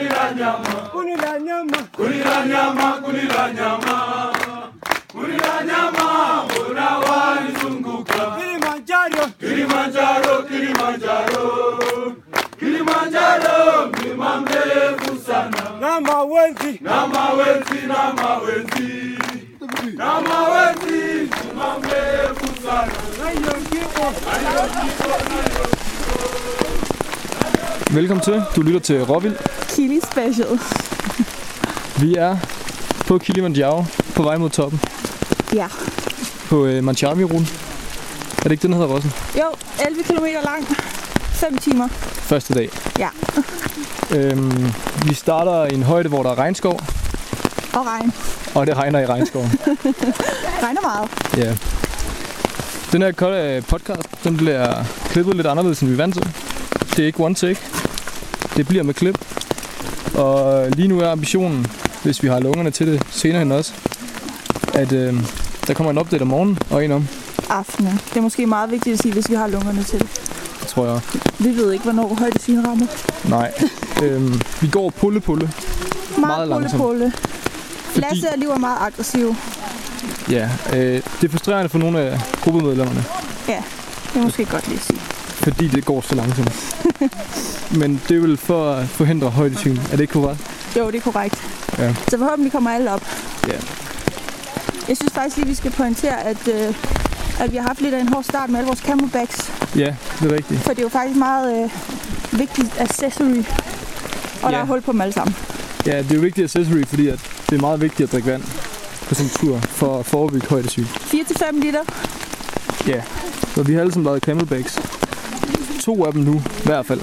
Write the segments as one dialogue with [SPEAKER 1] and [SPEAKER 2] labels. [SPEAKER 1] Kulila nyama,
[SPEAKER 2] Kulila nyama, kulila nyama, kulila nyama, mbona wanizunguka?
[SPEAKER 1] Kilimanjaro,
[SPEAKER 2] Kilimanjaro, Kilimanjaro, Kilimanjaro, mlima mrefu sana,
[SPEAKER 1] na mawenzi,
[SPEAKER 2] na mawenzi, na mawenzi, na mawenzi, mlima mrefu sana.
[SPEAKER 1] na hiyo ndipo
[SPEAKER 3] Velkommen til. Du lytter til Råvild.
[SPEAKER 4] Kili Special.
[SPEAKER 3] Vi er på Kilimanjaro på vej mod toppen
[SPEAKER 4] Ja.
[SPEAKER 3] på øh, Manchami-ruten. Er det ikke den, der hedder Rossen?
[SPEAKER 4] Jo, 11 km lang. 5 timer.
[SPEAKER 3] Første dag.
[SPEAKER 4] Ja.
[SPEAKER 3] Øhm, vi starter i en højde, hvor der er regnskov,
[SPEAKER 4] Og regn.
[SPEAKER 3] og det regner i regnskoven.
[SPEAKER 4] Regner meget.
[SPEAKER 3] ja. Den her kolde øh, podcast, den bliver klippet lidt anderledes, end vi er vant til. Det er ikke one take. Det bliver med klip. Og lige nu er ambitionen, hvis vi har lungerne til det senere hen også, at øh, der kommer en update om morgenen og en om,
[SPEAKER 4] Aftenen. Det er måske meget vigtigt at sige, hvis vi har lungerne til det.
[SPEAKER 3] tror jeg.
[SPEAKER 4] Vi ved ikke, hvornår højdesvin rammer.
[SPEAKER 3] Nej. øhm, vi går pulle pulle. Meget
[SPEAKER 4] pulle,
[SPEAKER 3] langsomt.
[SPEAKER 4] pulle. Lasse og Liv er meget aggressive.
[SPEAKER 3] Ja, øh, det er frustrerende for nogle af gruppemedlemmerne,
[SPEAKER 4] Ja, det er måske godt lige at sige.
[SPEAKER 3] fordi det går så langsomt. Men det er vel for at forhindre højdesyn. Er det ikke korrekt?
[SPEAKER 4] Jo, det er korrekt.
[SPEAKER 3] Ja.
[SPEAKER 4] Så forhåbentlig kommer alle op.
[SPEAKER 3] Ja.
[SPEAKER 4] Jeg synes faktisk lige, vi skal pointere, at, øh, at vi har haft lidt af en hård start med alle vores camelbacks.
[SPEAKER 3] Ja, det er rigtigt.
[SPEAKER 4] For det er jo faktisk meget øh, vigtigt accessory. Og der
[SPEAKER 3] Ja.
[SPEAKER 4] er hul på dem alle sammen.
[SPEAKER 3] Ja, det er jo vigtigt accessory, fordi at det er meget vigtigt at drikke vand på sådan en tur for at forebygge højdesyn.
[SPEAKER 4] 4-5 liter.
[SPEAKER 3] Ja, så vi har alle sammen lavet camelbacks. To af dem nu, i hvert fald,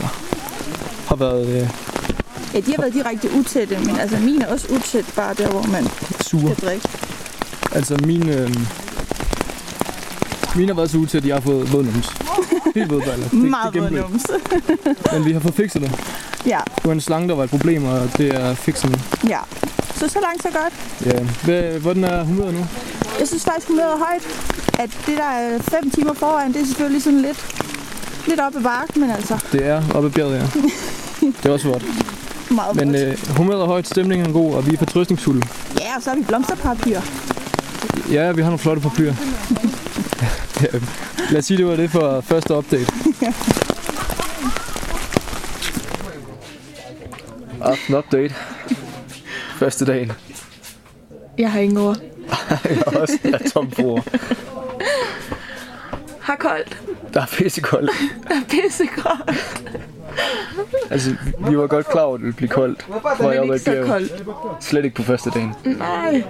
[SPEAKER 3] har været øh,
[SPEAKER 4] Ja, de har været direkte utætte, men altså min er også utæt, bare der, hvor man
[SPEAKER 3] sure.
[SPEAKER 4] kan drikke.
[SPEAKER 3] Altså mine... Øh, mine har været så ude til, at jeg har fået våd nums. Helt våd baller. Det- det er
[SPEAKER 4] Meget våd
[SPEAKER 3] gennemblødt.
[SPEAKER 4] numse.
[SPEAKER 3] Men vi har fået fikset det.
[SPEAKER 4] Ja,
[SPEAKER 3] Det var en slange, der var et problem, og det er fikset nu.
[SPEAKER 4] ja. Så så langt, så godt.
[SPEAKER 3] Ja. Hvad, hvordan er humøret nu?
[SPEAKER 4] Jeg synes faktisk, hun er højt, at det der er 5 timer foran, det er selvfølgelig sådan lidt, lidt op ad bark, men altså
[SPEAKER 3] Det er oppe i bjerget, ja. Det er også godt.
[SPEAKER 4] meget
[SPEAKER 3] Men
[SPEAKER 4] Men, øh...
[SPEAKER 3] øh, humøret er højt, stemningen er god, og vi er fortrøstningsfulde.
[SPEAKER 4] Ja, og så har vi blomsterpapir.
[SPEAKER 3] Ja, vi har nogle flotte papirer. ja, lad os sige, det var det for første update. Aften update. Første dagen.
[SPEAKER 5] Jeg har ingen ord.
[SPEAKER 3] også er tombruger.
[SPEAKER 5] Har koldt.
[SPEAKER 3] Der er pissekoldt.
[SPEAKER 5] Er pissekoldt.
[SPEAKER 3] Altså, vi var godt klar over, at det ville blive koldt. Hvor jeg
[SPEAKER 5] Men
[SPEAKER 3] var
[SPEAKER 5] ikke så koldt.
[SPEAKER 3] Slet ikke på første dagen.
[SPEAKER 5] Nej.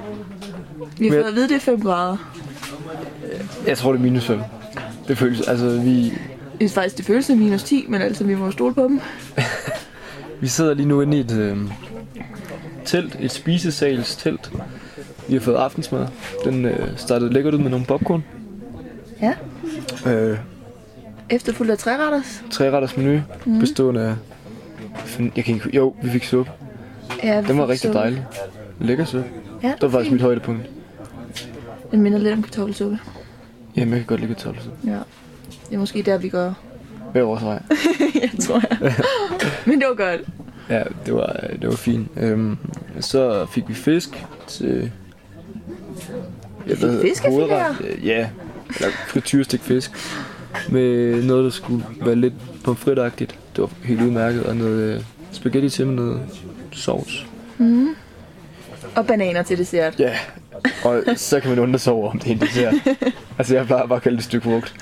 [SPEAKER 5] Vi har
[SPEAKER 3] Men-
[SPEAKER 5] fået at vide, det er 5 grader.
[SPEAKER 3] Jeg tror, det er minus 5. Det føles, altså vi,
[SPEAKER 5] Jeg synes faktisk, det føles som minus 10, men altså, vi må jo stole på dem.
[SPEAKER 3] vi sidder lige nu inde i et øh, telt, et spisesals telt. Vi har fået aftensmad. Den øh, startede lækkert ud med nogle popcorn.
[SPEAKER 5] Ja.
[SPEAKER 3] Øh,
[SPEAKER 5] Efterfuldt af træretters.
[SPEAKER 3] Træretters menu,
[SPEAKER 5] Mhm.
[SPEAKER 3] mm. bestående af... Fan, Jeg kan ikke, jo, vi fik suppe.
[SPEAKER 5] Ja, vi
[SPEAKER 3] Den var
[SPEAKER 5] fik
[SPEAKER 3] rigtig
[SPEAKER 5] suppe.
[SPEAKER 3] dejlig. Lækker suppe.
[SPEAKER 5] Ja,
[SPEAKER 3] Det var faktisk mit højdepunkt.
[SPEAKER 5] Den minder lidt om kartoffelsuppe.
[SPEAKER 3] Jamen, jeg kan godt lide kartoffelsuppe.
[SPEAKER 5] Ja. Det er måske der, vi går.
[SPEAKER 3] Hver vores vej.
[SPEAKER 5] jeg tror jeg. men det var godt.
[SPEAKER 3] Ja, det var, det var fint. Øhm, så fik vi fisk til... Jeg ved,
[SPEAKER 5] fiskefiléer?
[SPEAKER 3] hovedret- Ja, eller frityrestik fisk. Med noget, der skulle være lidt pomfritagtigt. Det var helt udmærket. Og noget øh, spaghetti til med noget sovs.
[SPEAKER 5] Og bananer til dessert.
[SPEAKER 3] Ja, og så kan man undre sig over, om det er en dessert. altså, jeg plejer bare at kalde det et stykke frugt.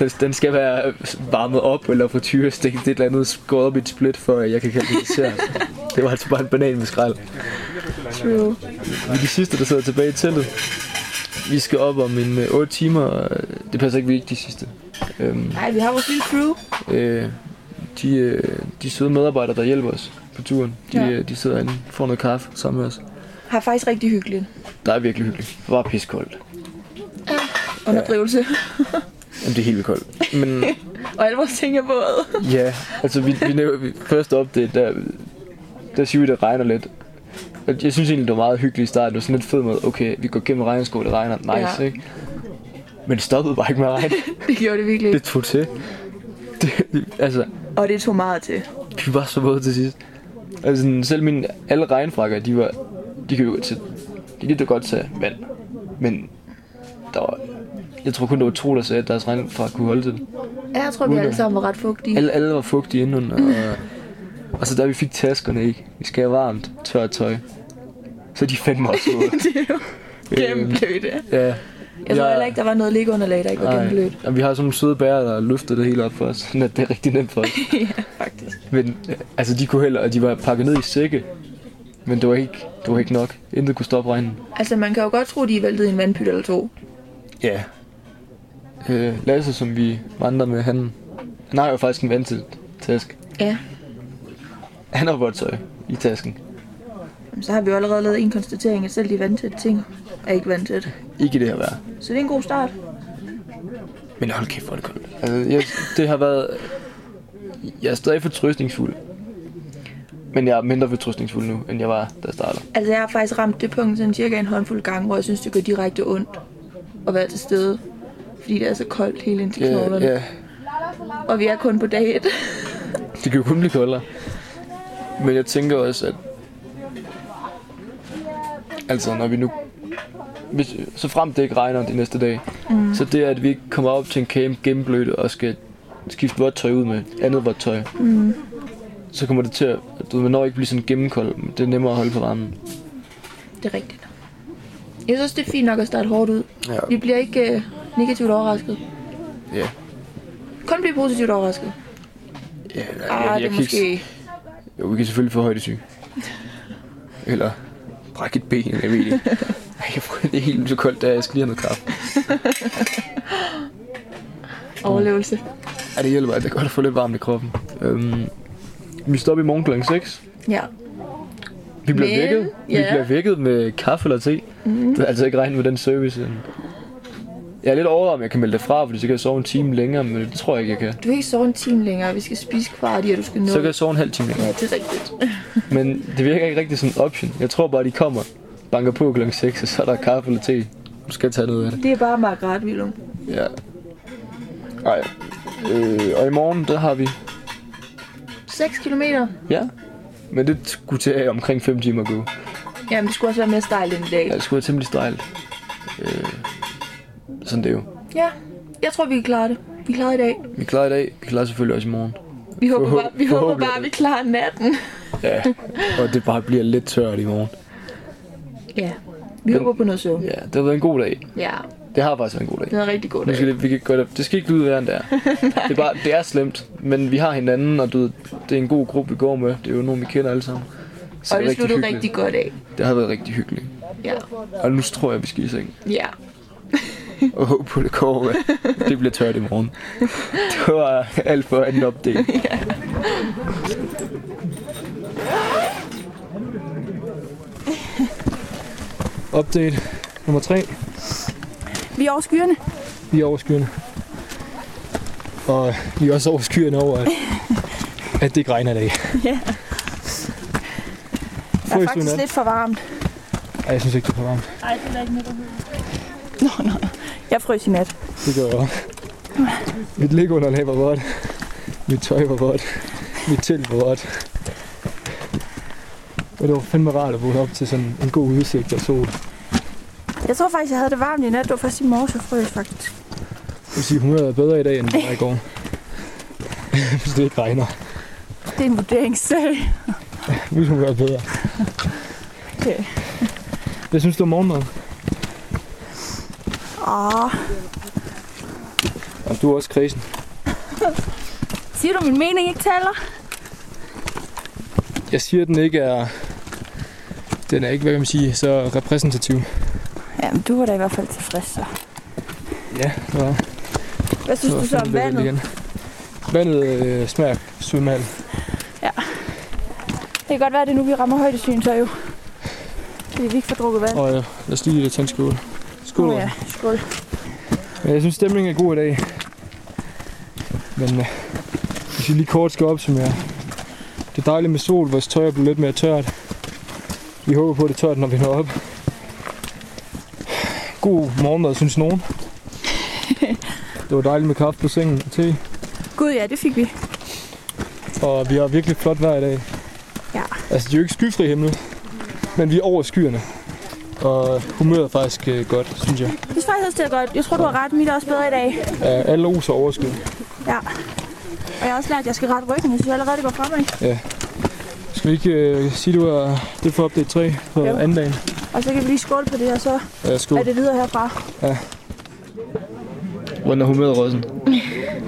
[SPEAKER 3] den, den, skal være varmet op eller frityrestigt, det et eller andet skåret op i et split, for at jeg kan kalde det dessert. det var altså bare en banan med skrald.
[SPEAKER 5] True.
[SPEAKER 3] Vi er de sidste, der sidder tilbage i teltet. Vi skal op om en øh, 8 timer, og øh, det passer ikke, vi er ikke de sidste. Øhm,
[SPEAKER 5] Nej, vi har vores lille crew.
[SPEAKER 3] øh, de, øh, de søde medarbejdere, der hjælper os på turen, de,
[SPEAKER 5] Ja.
[SPEAKER 3] øh, de sidder inde, får noget kaffe sammen med os.
[SPEAKER 5] Har faktisk rigtig hyggeligt.
[SPEAKER 3] Der er virkelig hyggeligt. Det var piskoldt.
[SPEAKER 5] Underdrivelse.
[SPEAKER 3] Jamen, det er helt vildt koldt. Men
[SPEAKER 5] Og alle vores ting er våde.
[SPEAKER 3] ja, altså vi, vi, nævner, vi første opdate, der, der siger vi, det regner lidt. Og Jeg synes egentlig, det var meget hyggeligt i starten. Det var sådan lidt fedt med, okay, vi går gennem regnskov, det regner, nice,
[SPEAKER 5] Ja.
[SPEAKER 3] ikke? Men det stoppede bare ikke med at regne.
[SPEAKER 5] Det gjorde det virkelig.
[SPEAKER 3] Det tog til. Det, altså,
[SPEAKER 5] Og det tog meget til.
[SPEAKER 3] vi var så våde til sidst. Altså, sådan, selv mine alle regnfrakker, de var... De kan jo til... De kan jo godt tage vand. Men der var, jeg tror kun, der var to, der sagde, at deres regnfrak kunne holde til det.
[SPEAKER 5] Ja, jeg tror, vi alle sammen var ret fugtige.
[SPEAKER 3] Alle, alle var fugtige indenunder, og, og så da vi fik taskerne i, vi skal have varmt, tørt tøj, så de fandme også våde. Øhm,
[SPEAKER 5] det er jo gennemblødt, ja.
[SPEAKER 3] Ja.
[SPEAKER 5] Jeg tror heller ikke, der var noget liggeunderlag, der ikke var gennemblødt.
[SPEAKER 3] Nej, og vi har sådan nogle søde bærer, der løfter det hele op for os, sådan at det er rigtig nemt for os.
[SPEAKER 5] ja, faktisk.
[SPEAKER 3] Men øh, altså, de kunne heller, og de var pakket ned i sække, men det var ikke, det var ikke nok. Intet kunne stoppe regnen.
[SPEAKER 5] Altså, man kan jo godt tro, de er væltet i en vandpyt eller to.
[SPEAKER 3] Ja. Øh, Lasse, som vi vandrer med, han, han har jo faktisk en vandtæt task.
[SPEAKER 5] Ja,
[SPEAKER 3] Han har vådt tøj i tasken.
[SPEAKER 5] Jamen, så har vi jo allerede lavet en konstatering, at selv de vandtætte ting er ikke vandtætte.
[SPEAKER 3] Ikke i det her vejr.
[SPEAKER 5] Så det er en god start.
[SPEAKER 3] Men hold kæft, hvor er det koldt. Altså, jeg, det har været... Jeg er stadig fortrøstningsfuld. Men jeg er mindre fortrøstningsfuld nu, end jeg var, da jeg startede.
[SPEAKER 5] Altså, jeg har faktisk ramt det punkt sådan cirka en håndfuld gange, hvor jeg synes, det gør direkte ondt at være til stede. Fordi det er så koldt helt ind til knoglerne.
[SPEAKER 3] ja.
[SPEAKER 5] Og vi er kun på dag et.
[SPEAKER 3] Det kan jo kun blive koldere. Men jeg tænker også, at... Altså, når vi nu... Hvis, så frem det ikke regner de næste dage, mm. så det er, at vi ikke kommer op til en camp gennemblødt og skal skifte vådt tøj ud med andet vådt tøj. Mm. Så kommer det til at... Du ved, man når ikke blive sådan gennemkold, men det er nemmere at holde på varmen.
[SPEAKER 5] Det er rigtigt. Jeg synes, det er fint nok at starte hårdt ud.
[SPEAKER 3] Ja.
[SPEAKER 5] Vi bliver ikke øh, negativt overrasket.
[SPEAKER 3] Ja.
[SPEAKER 5] Kun blive positivt overrasket.
[SPEAKER 3] Ja, jeg,
[SPEAKER 5] Ah, ja, det er
[SPEAKER 3] kan ikke-
[SPEAKER 5] måske...
[SPEAKER 3] Jo, vi kan selvfølgelig få højdesyge. Eller brække et ben, jeg ved det ikke. Ej, Jeg får det er helt så koldt, der jeg skal lige have noget kaffe.
[SPEAKER 5] Overlevelse.
[SPEAKER 3] Ja, det hjælper, at det er godt at få lidt varmt i kroppen. Øhm, vi stopper i morgen kl. 6.
[SPEAKER 5] Ja.
[SPEAKER 3] Vi bliver
[SPEAKER 5] Men,
[SPEAKER 3] vækket. Vi
[SPEAKER 5] ja.
[SPEAKER 3] bliver vækket med kaffe eller te. Mm. Det er altså ikke regnet med den service. øhm. Jeg er lidt overrasket, om jeg kan melde det fra, fordi så kan jeg sove en time længere, men det tror jeg ikke, jeg kan.
[SPEAKER 5] Du kan ikke sove en time længere. Vi skal spise kvart i, og du skal nå.
[SPEAKER 3] Så kan jeg sove en halv time længere.
[SPEAKER 5] Ja, det er rigtigt.
[SPEAKER 3] Men det virker ikke rigtig som en option. Jeg tror bare, de kommer, banker på kl. 6, og så er der kaffe eller te. Du skal tage noget af det.
[SPEAKER 5] Det er bare Margaret Willum.
[SPEAKER 3] Ja. Ej. Øh, og i morgen, der har vi...
[SPEAKER 5] 6 kilometer.
[SPEAKER 3] Ja. Men det skulle tage omkring 5 timer at gå.
[SPEAKER 5] Jamen, det skulle også være mere stejl end i dag.
[SPEAKER 3] Ja, det skulle være temmelig stejlt. Øh, sådan det er jo.
[SPEAKER 5] Ja. Jeg tror, vi kan klare det. Vi klarer i dag.
[SPEAKER 3] Vi klarer i dag. Vi klarer selvfølgelig også i morgen.
[SPEAKER 5] Vi håber
[SPEAKER 3] Forhå-
[SPEAKER 5] bare, vi, håber
[SPEAKER 3] forhåbentlig.
[SPEAKER 5] bare, vi klarer natten.
[SPEAKER 3] Ja. og det bare bliver lidt tørt i morgen.
[SPEAKER 5] Ja. Vi håber på noget søvn.
[SPEAKER 3] Ja, det har været en god dag.
[SPEAKER 5] Ja.
[SPEAKER 3] Det har faktisk været en god
[SPEAKER 5] Det
[SPEAKER 3] dag.
[SPEAKER 5] er en rigtig god
[SPEAKER 3] Nu
[SPEAKER 5] dag.
[SPEAKER 3] skal det, vi kan gøre det, det skal ikke lyde værre end det er. det, er bare, det er slemt, men vi har hinanden, og du, ved, det er en god gruppe, vi går med. Det er jo nogen, vi kender alle sammen. Så
[SPEAKER 5] Og
[SPEAKER 3] er
[SPEAKER 5] det sluttede
[SPEAKER 3] hyggeligt.
[SPEAKER 5] rigtig godt af.
[SPEAKER 3] Det har været rigtig hyggeligt.
[SPEAKER 5] Ja.
[SPEAKER 3] Og nu tror jeg, vi skal i seng.
[SPEAKER 5] Ja.
[SPEAKER 3] og håbe på, det går med. Det bliver tørt i morgen. Det var alt for anden opdeling. Update nummer 3.
[SPEAKER 4] Vi er over skyerne.
[SPEAKER 3] Vi er over skyerne. Og vi er også over skyerne over, at, at det ikke regner i dag.
[SPEAKER 4] Der er
[SPEAKER 3] Frøs du
[SPEAKER 4] faktisk
[SPEAKER 3] nat?
[SPEAKER 4] lidt for varmt.
[SPEAKER 3] Ej, jeg synes ikke, det er for varmt.
[SPEAKER 4] Nå, nå. Jeg frøs i nat.
[SPEAKER 3] Det gør jeg Mit liggeunderlag var vådt. Mit tøj var vådt. Mit telt var vådt. Og det var fandme rart at vågne op til sådan en god udsigt og sol. Jeg
[SPEAKER 4] Jeg tror faktisk, jeg havde det varmt i nat. Det var først i morges, jeg frøs faktisk.
[SPEAKER 3] vil sige, humøret er bedre i dag, end det var i går. Hvis det ikke regner.
[SPEAKER 4] Det er en vurderingssag.
[SPEAKER 3] Mit humør er bedre.
[SPEAKER 4] Okay.
[SPEAKER 3] Hvad synes du om morgenmad?
[SPEAKER 4] Åh,
[SPEAKER 3] Og du er også kredsen.
[SPEAKER 4] siger du, min mening ikke taler?
[SPEAKER 3] Jeg siger, at den ikke er... Den er ikke, hvad kan man sige, så repræsentativ.
[SPEAKER 4] Jamen, du var da i hvert fald tilfreds, så.
[SPEAKER 3] Ja, det var.
[SPEAKER 4] Hvad synes du så om
[SPEAKER 3] fandme lækkert
[SPEAKER 4] vandet?
[SPEAKER 3] Igen. Vandet øh, smager sudmal.
[SPEAKER 4] Det kan godt være, at det er nu, vi rammer højdesyn, så jo. Fordi vi ikke får drukket vand.
[SPEAKER 3] Og øh, lad os lige tage en skål. Skål.
[SPEAKER 4] Åh ja, skål.
[SPEAKER 3] Men jeg synes, stemningen er god i dag. Men øh, hvis vi lige kort skal opsummere. Det er dejligt med sol, vores tøj er blevet lidt mere tørt. Vi håber på, at det er tørt, når vi når op. God morgenmad, synes nogen. Det var dejligt med kaffe på sengen og te.
[SPEAKER 4] Gud ja, det fik vi.
[SPEAKER 3] Og vi har virkelig flot vejr i dag.
[SPEAKER 4] Ja.
[SPEAKER 3] Altså, det er jo ikke skyfri himmel, men vi er over skyerne. Og humøret er faktisk øh, godt, synes jeg.
[SPEAKER 4] Jeg synes faktisk også, det er godt. Jeg tror, du har ret. Mit er også bedre i dag.
[SPEAKER 3] Ja, alle os er overskud.
[SPEAKER 4] Ja. Og jeg har også lært, at jeg skal rette ryggen. Jeg synes allerede, det går fremad.
[SPEAKER 3] Skal vi ikke øh, sige, du er det for update 3 på
[SPEAKER 4] Jo.
[SPEAKER 3] anden dagen?
[SPEAKER 4] Og så kan vi lige skåle på det, og så
[SPEAKER 3] Ja, skål.
[SPEAKER 4] er det videre herfra.
[SPEAKER 6] Hvordan er humøret, Rossen?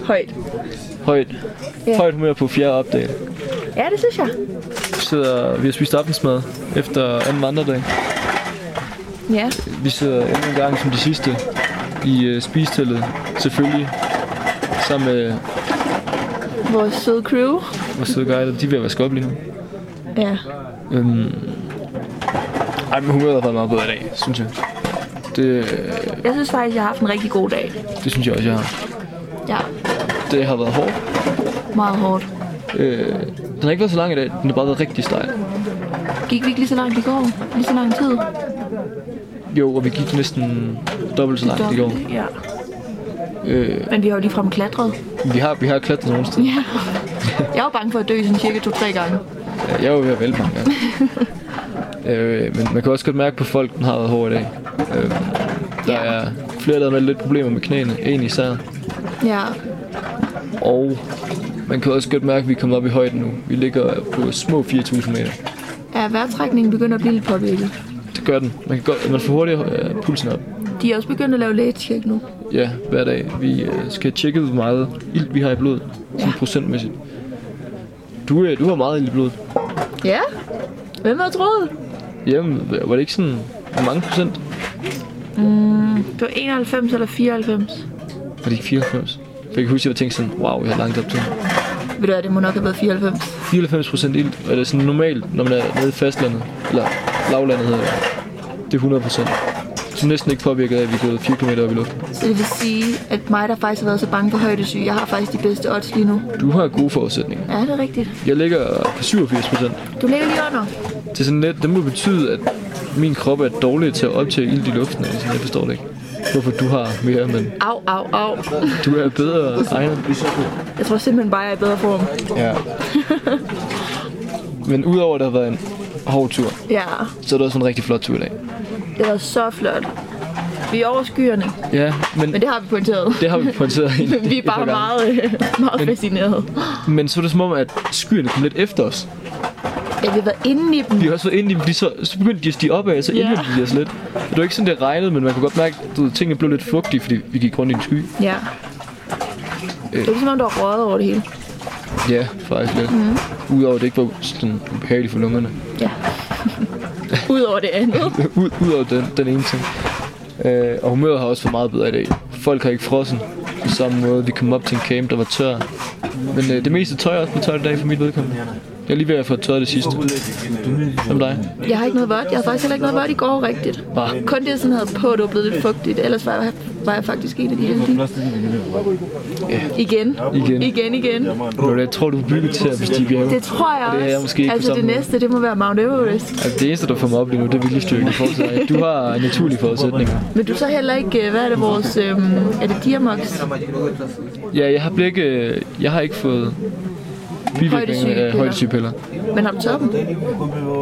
[SPEAKER 5] Højt.
[SPEAKER 6] Højt.
[SPEAKER 5] Ja.
[SPEAKER 6] Højt humør på fjerde opdag.
[SPEAKER 5] Ja, det synes jeg.
[SPEAKER 6] Vi sidder, vi har spist aftensmad efter anden vandredag.
[SPEAKER 5] Ja.
[SPEAKER 6] Vi sidder endnu en gang som de sidste i øh, spistellet, selvfølgelig. Sammen med
[SPEAKER 5] Vores søde crew.
[SPEAKER 6] vores søde guider, de vil være skåb lige nu.
[SPEAKER 5] Ja.
[SPEAKER 6] Øhm, ej, men humøret har været meget bedre i dag, synes jeg. Det, øh,
[SPEAKER 5] Jeg synes faktisk, jeg har haft en rigtig god dag.
[SPEAKER 6] det synes jeg også, jeg har.
[SPEAKER 5] Ja.
[SPEAKER 6] Det har været hårdt.
[SPEAKER 5] Meget hårdt.
[SPEAKER 6] Øh, den har ikke været så lang i dag, den har bare været rigtig stejl.
[SPEAKER 5] Gik vi ikke lige så langt i går? Lige så lang tid?
[SPEAKER 6] Jo, og vi gik næsten dobbelt så langt i går.
[SPEAKER 5] Ja.
[SPEAKER 6] Øh,
[SPEAKER 5] Men vi har jo ligefrem klatret.
[SPEAKER 6] vi har, vi har klatret nogle steder.
[SPEAKER 5] Ja. Jeg var bange for at dø sådan cirka to-tre gange.
[SPEAKER 6] Jeg var ved at vælte mange gange. øh, men man kan også godt mærke på folk, den har været hård i dag. Øh, der er flere, der har meldt lidt problemer med knæene, en især.
[SPEAKER 5] Ja.
[SPEAKER 6] Og man kan også godt mærke, at vi er kommet op i højden nu. Vi ligger på små 4.000 meter.
[SPEAKER 5] Ja, vejrtrækningen begynder at blive lidt påvirket.
[SPEAKER 6] Det gør den. Man, kan godt, man får hurtigere øh, pulsen op.
[SPEAKER 5] De er også begyndt at lave lægetjek nu.
[SPEAKER 6] Ja, hver dag. Vi øh, skal tjekke, hvor meget ilt vi har i blodet. Sådan procentmæssigt. Du, øh, du har meget ilt i blodet.
[SPEAKER 5] Ja? Hvem havde troet?
[SPEAKER 6] Jamen, var det ikke sådan... Hvor mange procent?
[SPEAKER 5] Det var 91 eller 94.
[SPEAKER 6] Var det ikke 94? For jeg kan huske, at jeg tænkte sådan, wow, jeg har langt op til.
[SPEAKER 5] Ved du hvad, det må nok have været 94.
[SPEAKER 6] 94% ilt, og det er sådan normalt, når man er nede i fastlandet, eller lavlandet hedder det, det er 100%. Så næsten ikke påvirket af, at vi er gået 4 km op i luften.
[SPEAKER 5] Så det vil sige, at mig, der faktisk har været så bange for højdesyge, jeg har faktisk de bedste odds lige nu.
[SPEAKER 6] Du har gode forudsætninger.
[SPEAKER 5] Ja, det er rigtigt.
[SPEAKER 6] Jeg ligger på 87%.
[SPEAKER 5] Du ligger lige under.
[SPEAKER 6] Det er sådan lidt, det må betyde, at min krop er dårlig til at optage ilt i luften, eller sådan, jeg forstår det ikke. Hvorfor du har mere, men
[SPEAKER 5] Au, au, au.
[SPEAKER 6] du er bedre egnet.
[SPEAKER 5] Jeg tror simpelthen bare, jeg er i bedre form.
[SPEAKER 6] Ja. Men udover at det har været en hård tur,
[SPEAKER 5] Ja,
[SPEAKER 6] så er det også en rigtig flot tur i dag.
[SPEAKER 5] det har været så flot. Vi er over skyerne,
[SPEAKER 6] Ja, men
[SPEAKER 5] men det har vi pointeret.
[SPEAKER 6] det har vi pointeret en-
[SPEAKER 5] vi
[SPEAKER 6] et
[SPEAKER 5] er
[SPEAKER 6] par
[SPEAKER 5] bare
[SPEAKER 6] gange.
[SPEAKER 5] meget, øh, meget fascineret.
[SPEAKER 6] Men så er det som om, at skyerne kom lidt efter os.
[SPEAKER 5] Ja, vi har været inde i dem.
[SPEAKER 6] Vi har også været inde i dem, fordi så, så begyndte de at stige opad, og så
[SPEAKER 5] Ja.
[SPEAKER 6] indhentede de os lidt. Det var ikke sådan, det regnede, men man kunne godt mærke, at du ved, tingene blev lidt fugtige, fordi vi gik rundt i en sky.
[SPEAKER 5] Ja. Det
[SPEAKER 6] Øh.
[SPEAKER 5] er ligesom, om der er røget over det hele.
[SPEAKER 6] Ja, faktisk lidt. Mm.
[SPEAKER 5] Mhm.
[SPEAKER 6] Udover at det ikke var sådan ubehageligt for lungerne.
[SPEAKER 5] Ja. Udover det andet.
[SPEAKER 6] Ud, udover den, den ene ting. Øh, og humøret har også været meget bedre i dag. Folk har ikke frossen på samme måde. Vi kom op til en camp, der var tør. Men øh, det meste tøj er også på tøj i dag for mit vedkommende. Jeg er lige ved at få tørret det sidste. Som dig.
[SPEAKER 5] Jeg har ikke noget vådt. Jeg har faktisk heller ikke noget vådt i går rigtigt.
[SPEAKER 6] Bare.
[SPEAKER 5] Kun det, jeg sådan havde på, det var blevet lidt fugtigt. Ellers var jeg, var jeg faktisk en af de heldige. Igen.
[SPEAKER 6] Igen.
[SPEAKER 5] Igen, igen.
[SPEAKER 6] Nå, Jeg tror, du er bygget til at bestige bjerge.
[SPEAKER 5] Det tror jeg også.
[SPEAKER 6] Det er jeg måske ikke på
[SPEAKER 5] altså det
[SPEAKER 6] samme måde.
[SPEAKER 5] næste, det må være Mount Everest.
[SPEAKER 6] Altså, det eneste, der får mig op lige nu, det er viljestyrken i forhold til dig. Du har naturlige forudsætninger.
[SPEAKER 5] Men du er så heller ikke, øh, hvad er det vores, øhm, er det Diamox?
[SPEAKER 6] Ja, jeg har, blevet, ikke- jeg har ikke fået bivirkninger
[SPEAKER 5] Højdesygepiller.
[SPEAKER 6] af højdesygepiller.
[SPEAKER 5] Men har du taget dem?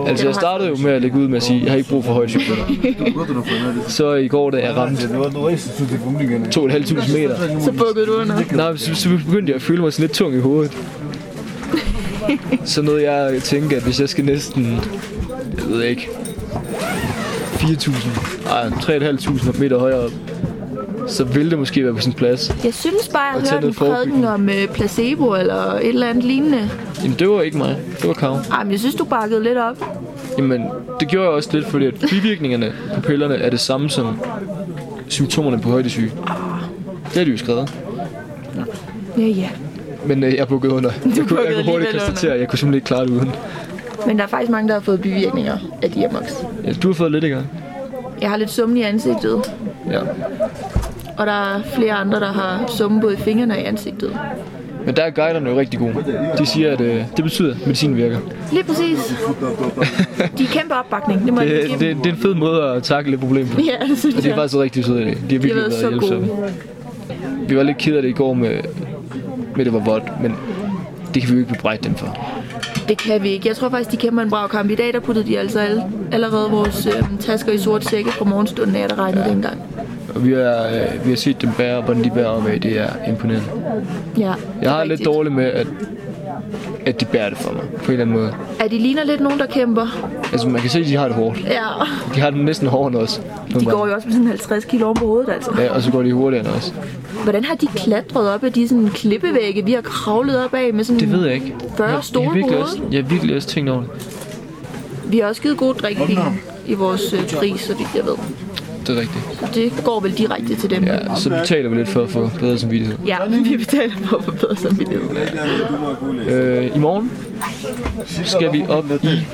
[SPEAKER 6] Altså, jeg startede jo med at lægge ud med at sige, at jeg har ikke brug for højdesygepiller. Så i går, da jeg ramte 2.500 meter,
[SPEAKER 5] Så bukkede du under.
[SPEAKER 6] nej, så, så begyndte jeg at føle mig sådan lidt tung i hovedet. Så nåede jeg at tænke, at hvis jeg skal næsten, jeg ved ikke, 4.000, ej, 3.500 meter højere op, så ville det måske være på sin plads.
[SPEAKER 5] Jeg synes bare, jeg
[SPEAKER 6] Og
[SPEAKER 5] har
[SPEAKER 6] tage
[SPEAKER 5] hørt en
[SPEAKER 6] noget
[SPEAKER 5] prædiken om øh, placebo eller et eller andet lignende.
[SPEAKER 6] Jamen, det var ikke mig. Det var Kav.
[SPEAKER 5] Ej, men jeg synes, du bakkede lidt op.
[SPEAKER 6] Jamen, det gjorde jeg også lidt, fordi at bivirkningerne på pillerne er det samme som symptomerne på højdesyge. Det er de jo skrevet.
[SPEAKER 5] Ja, ja.
[SPEAKER 6] Men øh, jeg bukkede under. Jeg kunne, jeg
[SPEAKER 5] bukkede
[SPEAKER 6] kunne hurtigt
[SPEAKER 5] alligevel
[SPEAKER 6] konstatere, at jeg kunne simpelthen ikke klare det uden.
[SPEAKER 5] Men der er faktisk mange, der har fået bivirkninger af Diamox.
[SPEAKER 6] Ja, du har fået lidt, ikke?
[SPEAKER 5] Jeg har lidt summen i ansigtet,
[SPEAKER 6] Ja.
[SPEAKER 5] og der er flere andre, der har summen både i fingrene og i ansigtet.
[SPEAKER 6] Men der er guiderne jo rigtig gode. De siger, at øh, det betyder, at medicinen virker.
[SPEAKER 5] Lige præcis. De er kæmpe opbakning, det må jeg lige
[SPEAKER 6] Det,
[SPEAKER 5] give
[SPEAKER 6] det,
[SPEAKER 5] dem.
[SPEAKER 6] det er en fed måde at takle et problem på.
[SPEAKER 5] Ja, det
[SPEAKER 6] Og
[SPEAKER 5] synes
[SPEAKER 6] det er
[SPEAKER 5] jeg.
[SPEAKER 6] faktisk rigtig søde af det. De har
[SPEAKER 5] De har
[SPEAKER 6] virkelig
[SPEAKER 5] været
[SPEAKER 6] været
[SPEAKER 5] så
[SPEAKER 6] hjælpsomme.
[SPEAKER 5] gode.
[SPEAKER 6] Vi var lidt ked af det i går med med, at det var vådt, men det kan vi jo ikke bebrejde dem for.
[SPEAKER 5] Det kan vi ikke. Jeg tror faktisk, de kæmper en brav kamp. I dag der puttede de altså alle, allerede vores øh, tasker i sort sække på morgenstunden af, der regnede ja. dengang.
[SPEAKER 6] Og vi har, øh, vi har set dem bære, og hvordan de bærer om af, det er imponerende.
[SPEAKER 5] Ja,
[SPEAKER 6] Jeg har lidt dårligt med, at, at de bærer det for mig, på en eller anden måde.
[SPEAKER 5] At de ligner lidt nogen, der kæmper.
[SPEAKER 6] Altså, man kan se, at de har det hårdt.
[SPEAKER 5] Ja.
[SPEAKER 6] De har det næsten hårdere end os.
[SPEAKER 5] De går jo også med sådan 50 kilo oven på hovedet, altså.
[SPEAKER 6] Ja, og så går de hurtigere end os.
[SPEAKER 5] Hvordan har de klatret op af de sådan klippevægge, vi har kravlet op af med sådan...
[SPEAKER 6] Det ved jeg ikke.
[SPEAKER 5] 40
[SPEAKER 6] jeg, jeg,
[SPEAKER 5] stole
[SPEAKER 6] har
[SPEAKER 5] på
[SPEAKER 6] virkelig
[SPEAKER 5] hovedet?
[SPEAKER 6] også, jeg har virkelig også tænkt over det.
[SPEAKER 5] Vi har også givet god drik i, i vores øh, pris, så vidt jeg ved.
[SPEAKER 6] Det er rigtigt.
[SPEAKER 5] Så det går vel direkte til dem.
[SPEAKER 6] Ja, så betaler vi lidt for at få bedre samvittighed.
[SPEAKER 5] ja vi betaler for at forbedre samvittighed.
[SPEAKER 6] Øh, I morgen skal vi op i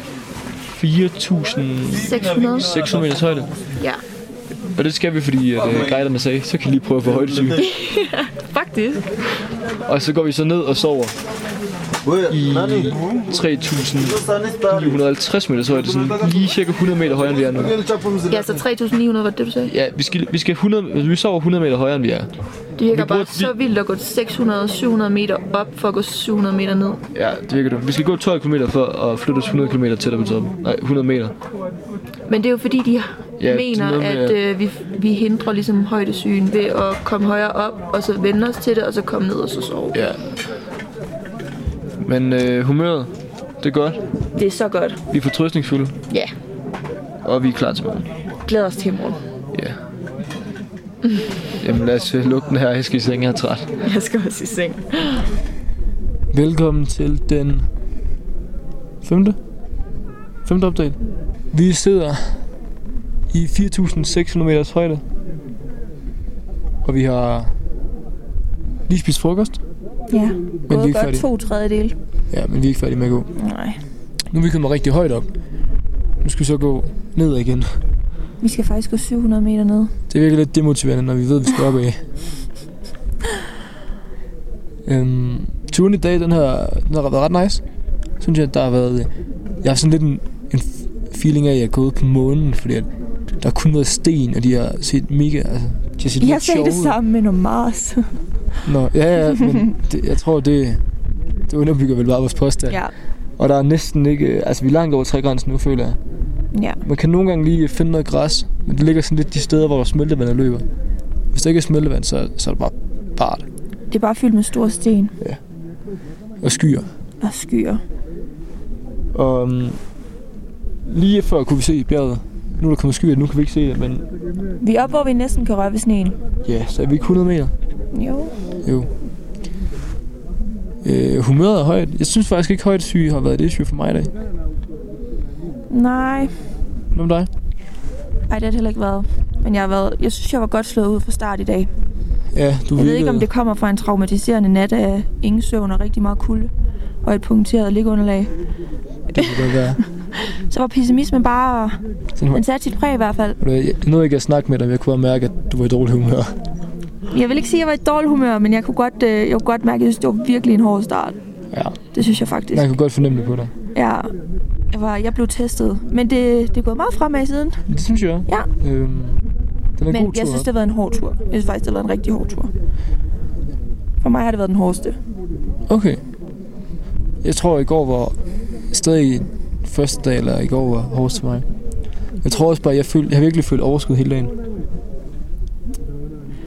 [SPEAKER 6] 4.600
[SPEAKER 5] 600?
[SPEAKER 6] meters højde.
[SPEAKER 5] Ja,
[SPEAKER 6] Og det skal vi, fordi at, øh, guiderne sagde, så kan I lige prøve at få højdesyge.
[SPEAKER 5] faktisk.
[SPEAKER 6] Og så går vi så ned og sover i 3.950 meters højde, sådan lige cirka 100 meter højere, end vi er nu.
[SPEAKER 5] Ja, så 3.900 var det, du sagde.
[SPEAKER 6] Ja, vi skal, vi skal 100, vi sover 100 meter højere, end vi er.
[SPEAKER 5] Det virker
[SPEAKER 6] Vi burde
[SPEAKER 5] bare så vildt at gå 600-700 meter op for at gå 700 meter ned.
[SPEAKER 6] Ja, det virker det. Vi skal gå 12 km for at flytte os 100 km tættere på toppen. Nej, 100 meter.
[SPEAKER 5] Men det er jo fordi, de
[SPEAKER 6] det er
[SPEAKER 5] ja, mener,
[SPEAKER 6] noget med,
[SPEAKER 5] at øh, vi, vi hindrer ligesom højdesygen ved at komme højere op, og så vende os til det, og så komme ned og så sove.
[SPEAKER 6] Ja. Men øh, humøret, det er godt.
[SPEAKER 5] Det er så godt.
[SPEAKER 6] Vi er fortrøstningsfulde,
[SPEAKER 5] Ja,
[SPEAKER 6] og vi er klar til morgen.
[SPEAKER 5] glæder os til i morgen.
[SPEAKER 6] Ja. Jamen lad os øh, lukke den her, jeg skal i seng, jeg er træt.
[SPEAKER 5] Jeg skal også i seng.
[SPEAKER 6] Velkommen til den femte, femte opdel. Vi sidder i 4.600 meters højde, og vi har lige spist frokost,
[SPEAKER 4] Ja,
[SPEAKER 6] men vi er
[SPEAKER 4] både
[SPEAKER 6] ikke
[SPEAKER 4] godt
[SPEAKER 6] færdige.
[SPEAKER 4] to tredjedele.
[SPEAKER 6] Ja, men vi er ikke færdige med at gå.
[SPEAKER 4] Nej,
[SPEAKER 6] Nu er vi kommet rigtig højt op. Nu skal vi så gå ned igen.
[SPEAKER 4] vi skal faktisk gå 700 meter ned.
[SPEAKER 6] Det virker lidt demotiverende, når vi ved, at vi skal op af. øhm, turen i dag, den har, den har været ret nice. Synes jeg, der har været... øh, Jeg har sådan lidt en, en feeling af, at jeg er gået på månen, fordi at der har kun været sten, og de har set mega... Altså, de har set
[SPEAKER 4] Jeg
[SPEAKER 6] lidt
[SPEAKER 4] har set
[SPEAKER 6] sjove
[SPEAKER 4] det
[SPEAKER 6] ud.
[SPEAKER 4] samme med noget Mars.
[SPEAKER 6] Nå, ja, ja, men det, jeg tror, det, det underbygger vel bare vores påstand.
[SPEAKER 4] ja.
[SPEAKER 6] Og der er næsten ikke... Altså, vi er langt over trægrænsen nu, føler jeg.
[SPEAKER 4] ja.
[SPEAKER 6] Man kan nogle gange lige finde noget græs, men det ligger sådan lidt de steder, hvor der smeltevandet løber. Hvis der ikke er smeltevand, så, så er det bare bart
[SPEAKER 4] Det er bare fyldt med store sten
[SPEAKER 6] og skyer.
[SPEAKER 4] og skyer.
[SPEAKER 6] Og um, lige før kunne vi se bjerget. Nu er der kommet skyer, nu kan vi ikke se det, men
[SPEAKER 4] Vi er oppe, hvor vi næsten kan røre ved sneen.
[SPEAKER 6] ja, yeah, så er vi ikke 100 meter.
[SPEAKER 4] Jo.
[SPEAKER 6] Jo. Øh, humøret er højt. Jeg synes faktisk ikke, højt syge har været et issue for mig i dag.
[SPEAKER 4] Nej,
[SPEAKER 6] Hvad med
[SPEAKER 4] Ej,
[SPEAKER 6] dig?
[SPEAKER 4] det har det heller ikke været. Men jeg, har været, jeg synes, jeg var godt slået ud fra start i dag.
[SPEAKER 6] Ja,
[SPEAKER 4] Jeg ved
[SPEAKER 6] du virkede-
[SPEAKER 4] ikke, om det kommer fra en traumatiserende nat af ingen søvn og rigtig meget kulde og et punkteret liggeunderlag.
[SPEAKER 6] det kunne godt være.
[SPEAKER 4] Så var pessimismen bare...
[SPEAKER 6] Sådan,
[SPEAKER 4] Den satte sit præg i hvert fald.
[SPEAKER 6] Ved du hvad, jeg nåede ikke at snakke med dig, men jeg kunne bare mærke, at du var i dårlig humør.
[SPEAKER 4] Jeg vil ikke sige, at jeg var i dårlig humør, men jeg kunne godt, øh, jeg kunne godt mærke, at jeg synes, det var virkelig en hård start.
[SPEAKER 6] Ja,
[SPEAKER 4] Det synes jeg faktisk.
[SPEAKER 6] man kunne godt fornemme det på dig.
[SPEAKER 4] Ja, jeg, var, jeg blev testet. Men det, det er gået meget fremad siden.
[SPEAKER 6] Det synes jeg.
[SPEAKER 4] Ja.
[SPEAKER 6] Øhm, den er en god
[SPEAKER 4] Men
[SPEAKER 6] tur
[SPEAKER 4] jeg synes,
[SPEAKER 6] op.
[SPEAKER 4] det har været en hård tur. Jeg synes faktisk, det har været en rigtig hård tur. For mig har det været den hårdeste.
[SPEAKER 6] Okay. Jeg tror, i går var stadig første dag, eller i går var hårdest for mig. Jeg tror også bare, jeg, følte, jeg har virkelig følt overskud hele dagen.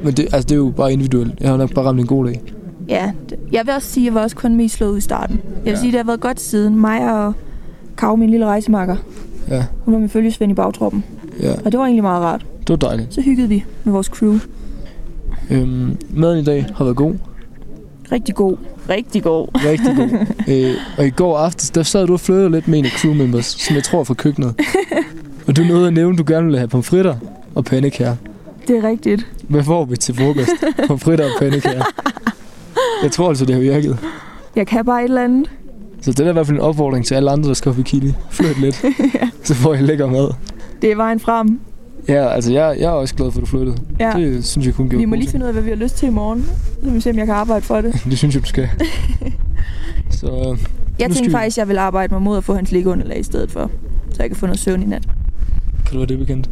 [SPEAKER 6] Men det, altså, det er jo bare individuelt. Jeg har nok bare ramt en god dag.
[SPEAKER 4] Ja, det- jeg vil også sige, at jeg var også kun mest slået ud i starten. Jeg vil ja. sige, at det har været godt siden mig og Kav, min lille rejsemakker.
[SPEAKER 6] Ja.
[SPEAKER 4] Hun var min følgesvend i bagtroppen.
[SPEAKER 6] Ja.
[SPEAKER 4] Og det var egentlig meget rart.
[SPEAKER 6] Det var dejligt.
[SPEAKER 4] Så hyggede vi med vores crew.
[SPEAKER 6] Øhm, maden i dag har været god.
[SPEAKER 4] Rigtig god. Rigtig god.
[SPEAKER 6] Rigtig god. øh, og i går aftes, der sad du og flødede lidt med en af crewmembers, som jeg tror er fra køkkenet. og du nåede at nævne, at du gerne ville have pomfritter og pandekager.
[SPEAKER 4] Det er rigtigt.
[SPEAKER 6] Hvad får vi til frokost? pomfritter og pandekager. Jeg tror altså, det har virket.
[SPEAKER 4] Jeg kan bare et eller andet.
[SPEAKER 6] Så det er i hvert fald en opfordring til alle andre, der skal op i Kili. Flyt lidt, så får I lækker mad.
[SPEAKER 4] Det er vejen frem.
[SPEAKER 6] Ja, altså jeg, jeg er også glad for, at du flyttede.
[SPEAKER 4] Ja.
[SPEAKER 6] Det synes jeg kun giver
[SPEAKER 4] Vi må lige finde ud af, hvad vi har lyst til i morgen. Så må vi se, om jeg kan arbejde for det.
[SPEAKER 6] Det synes jeg, du skal. så øh,
[SPEAKER 4] Jeg
[SPEAKER 6] Nu skal
[SPEAKER 4] tænkte
[SPEAKER 6] vi-
[SPEAKER 4] faktisk, at jeg vil arbejde mig mod at få hans liggeunderlag i stedet for. Så jeg kan få noget søvn i nat.
[SPEAKER 6] kan du være det bekendt?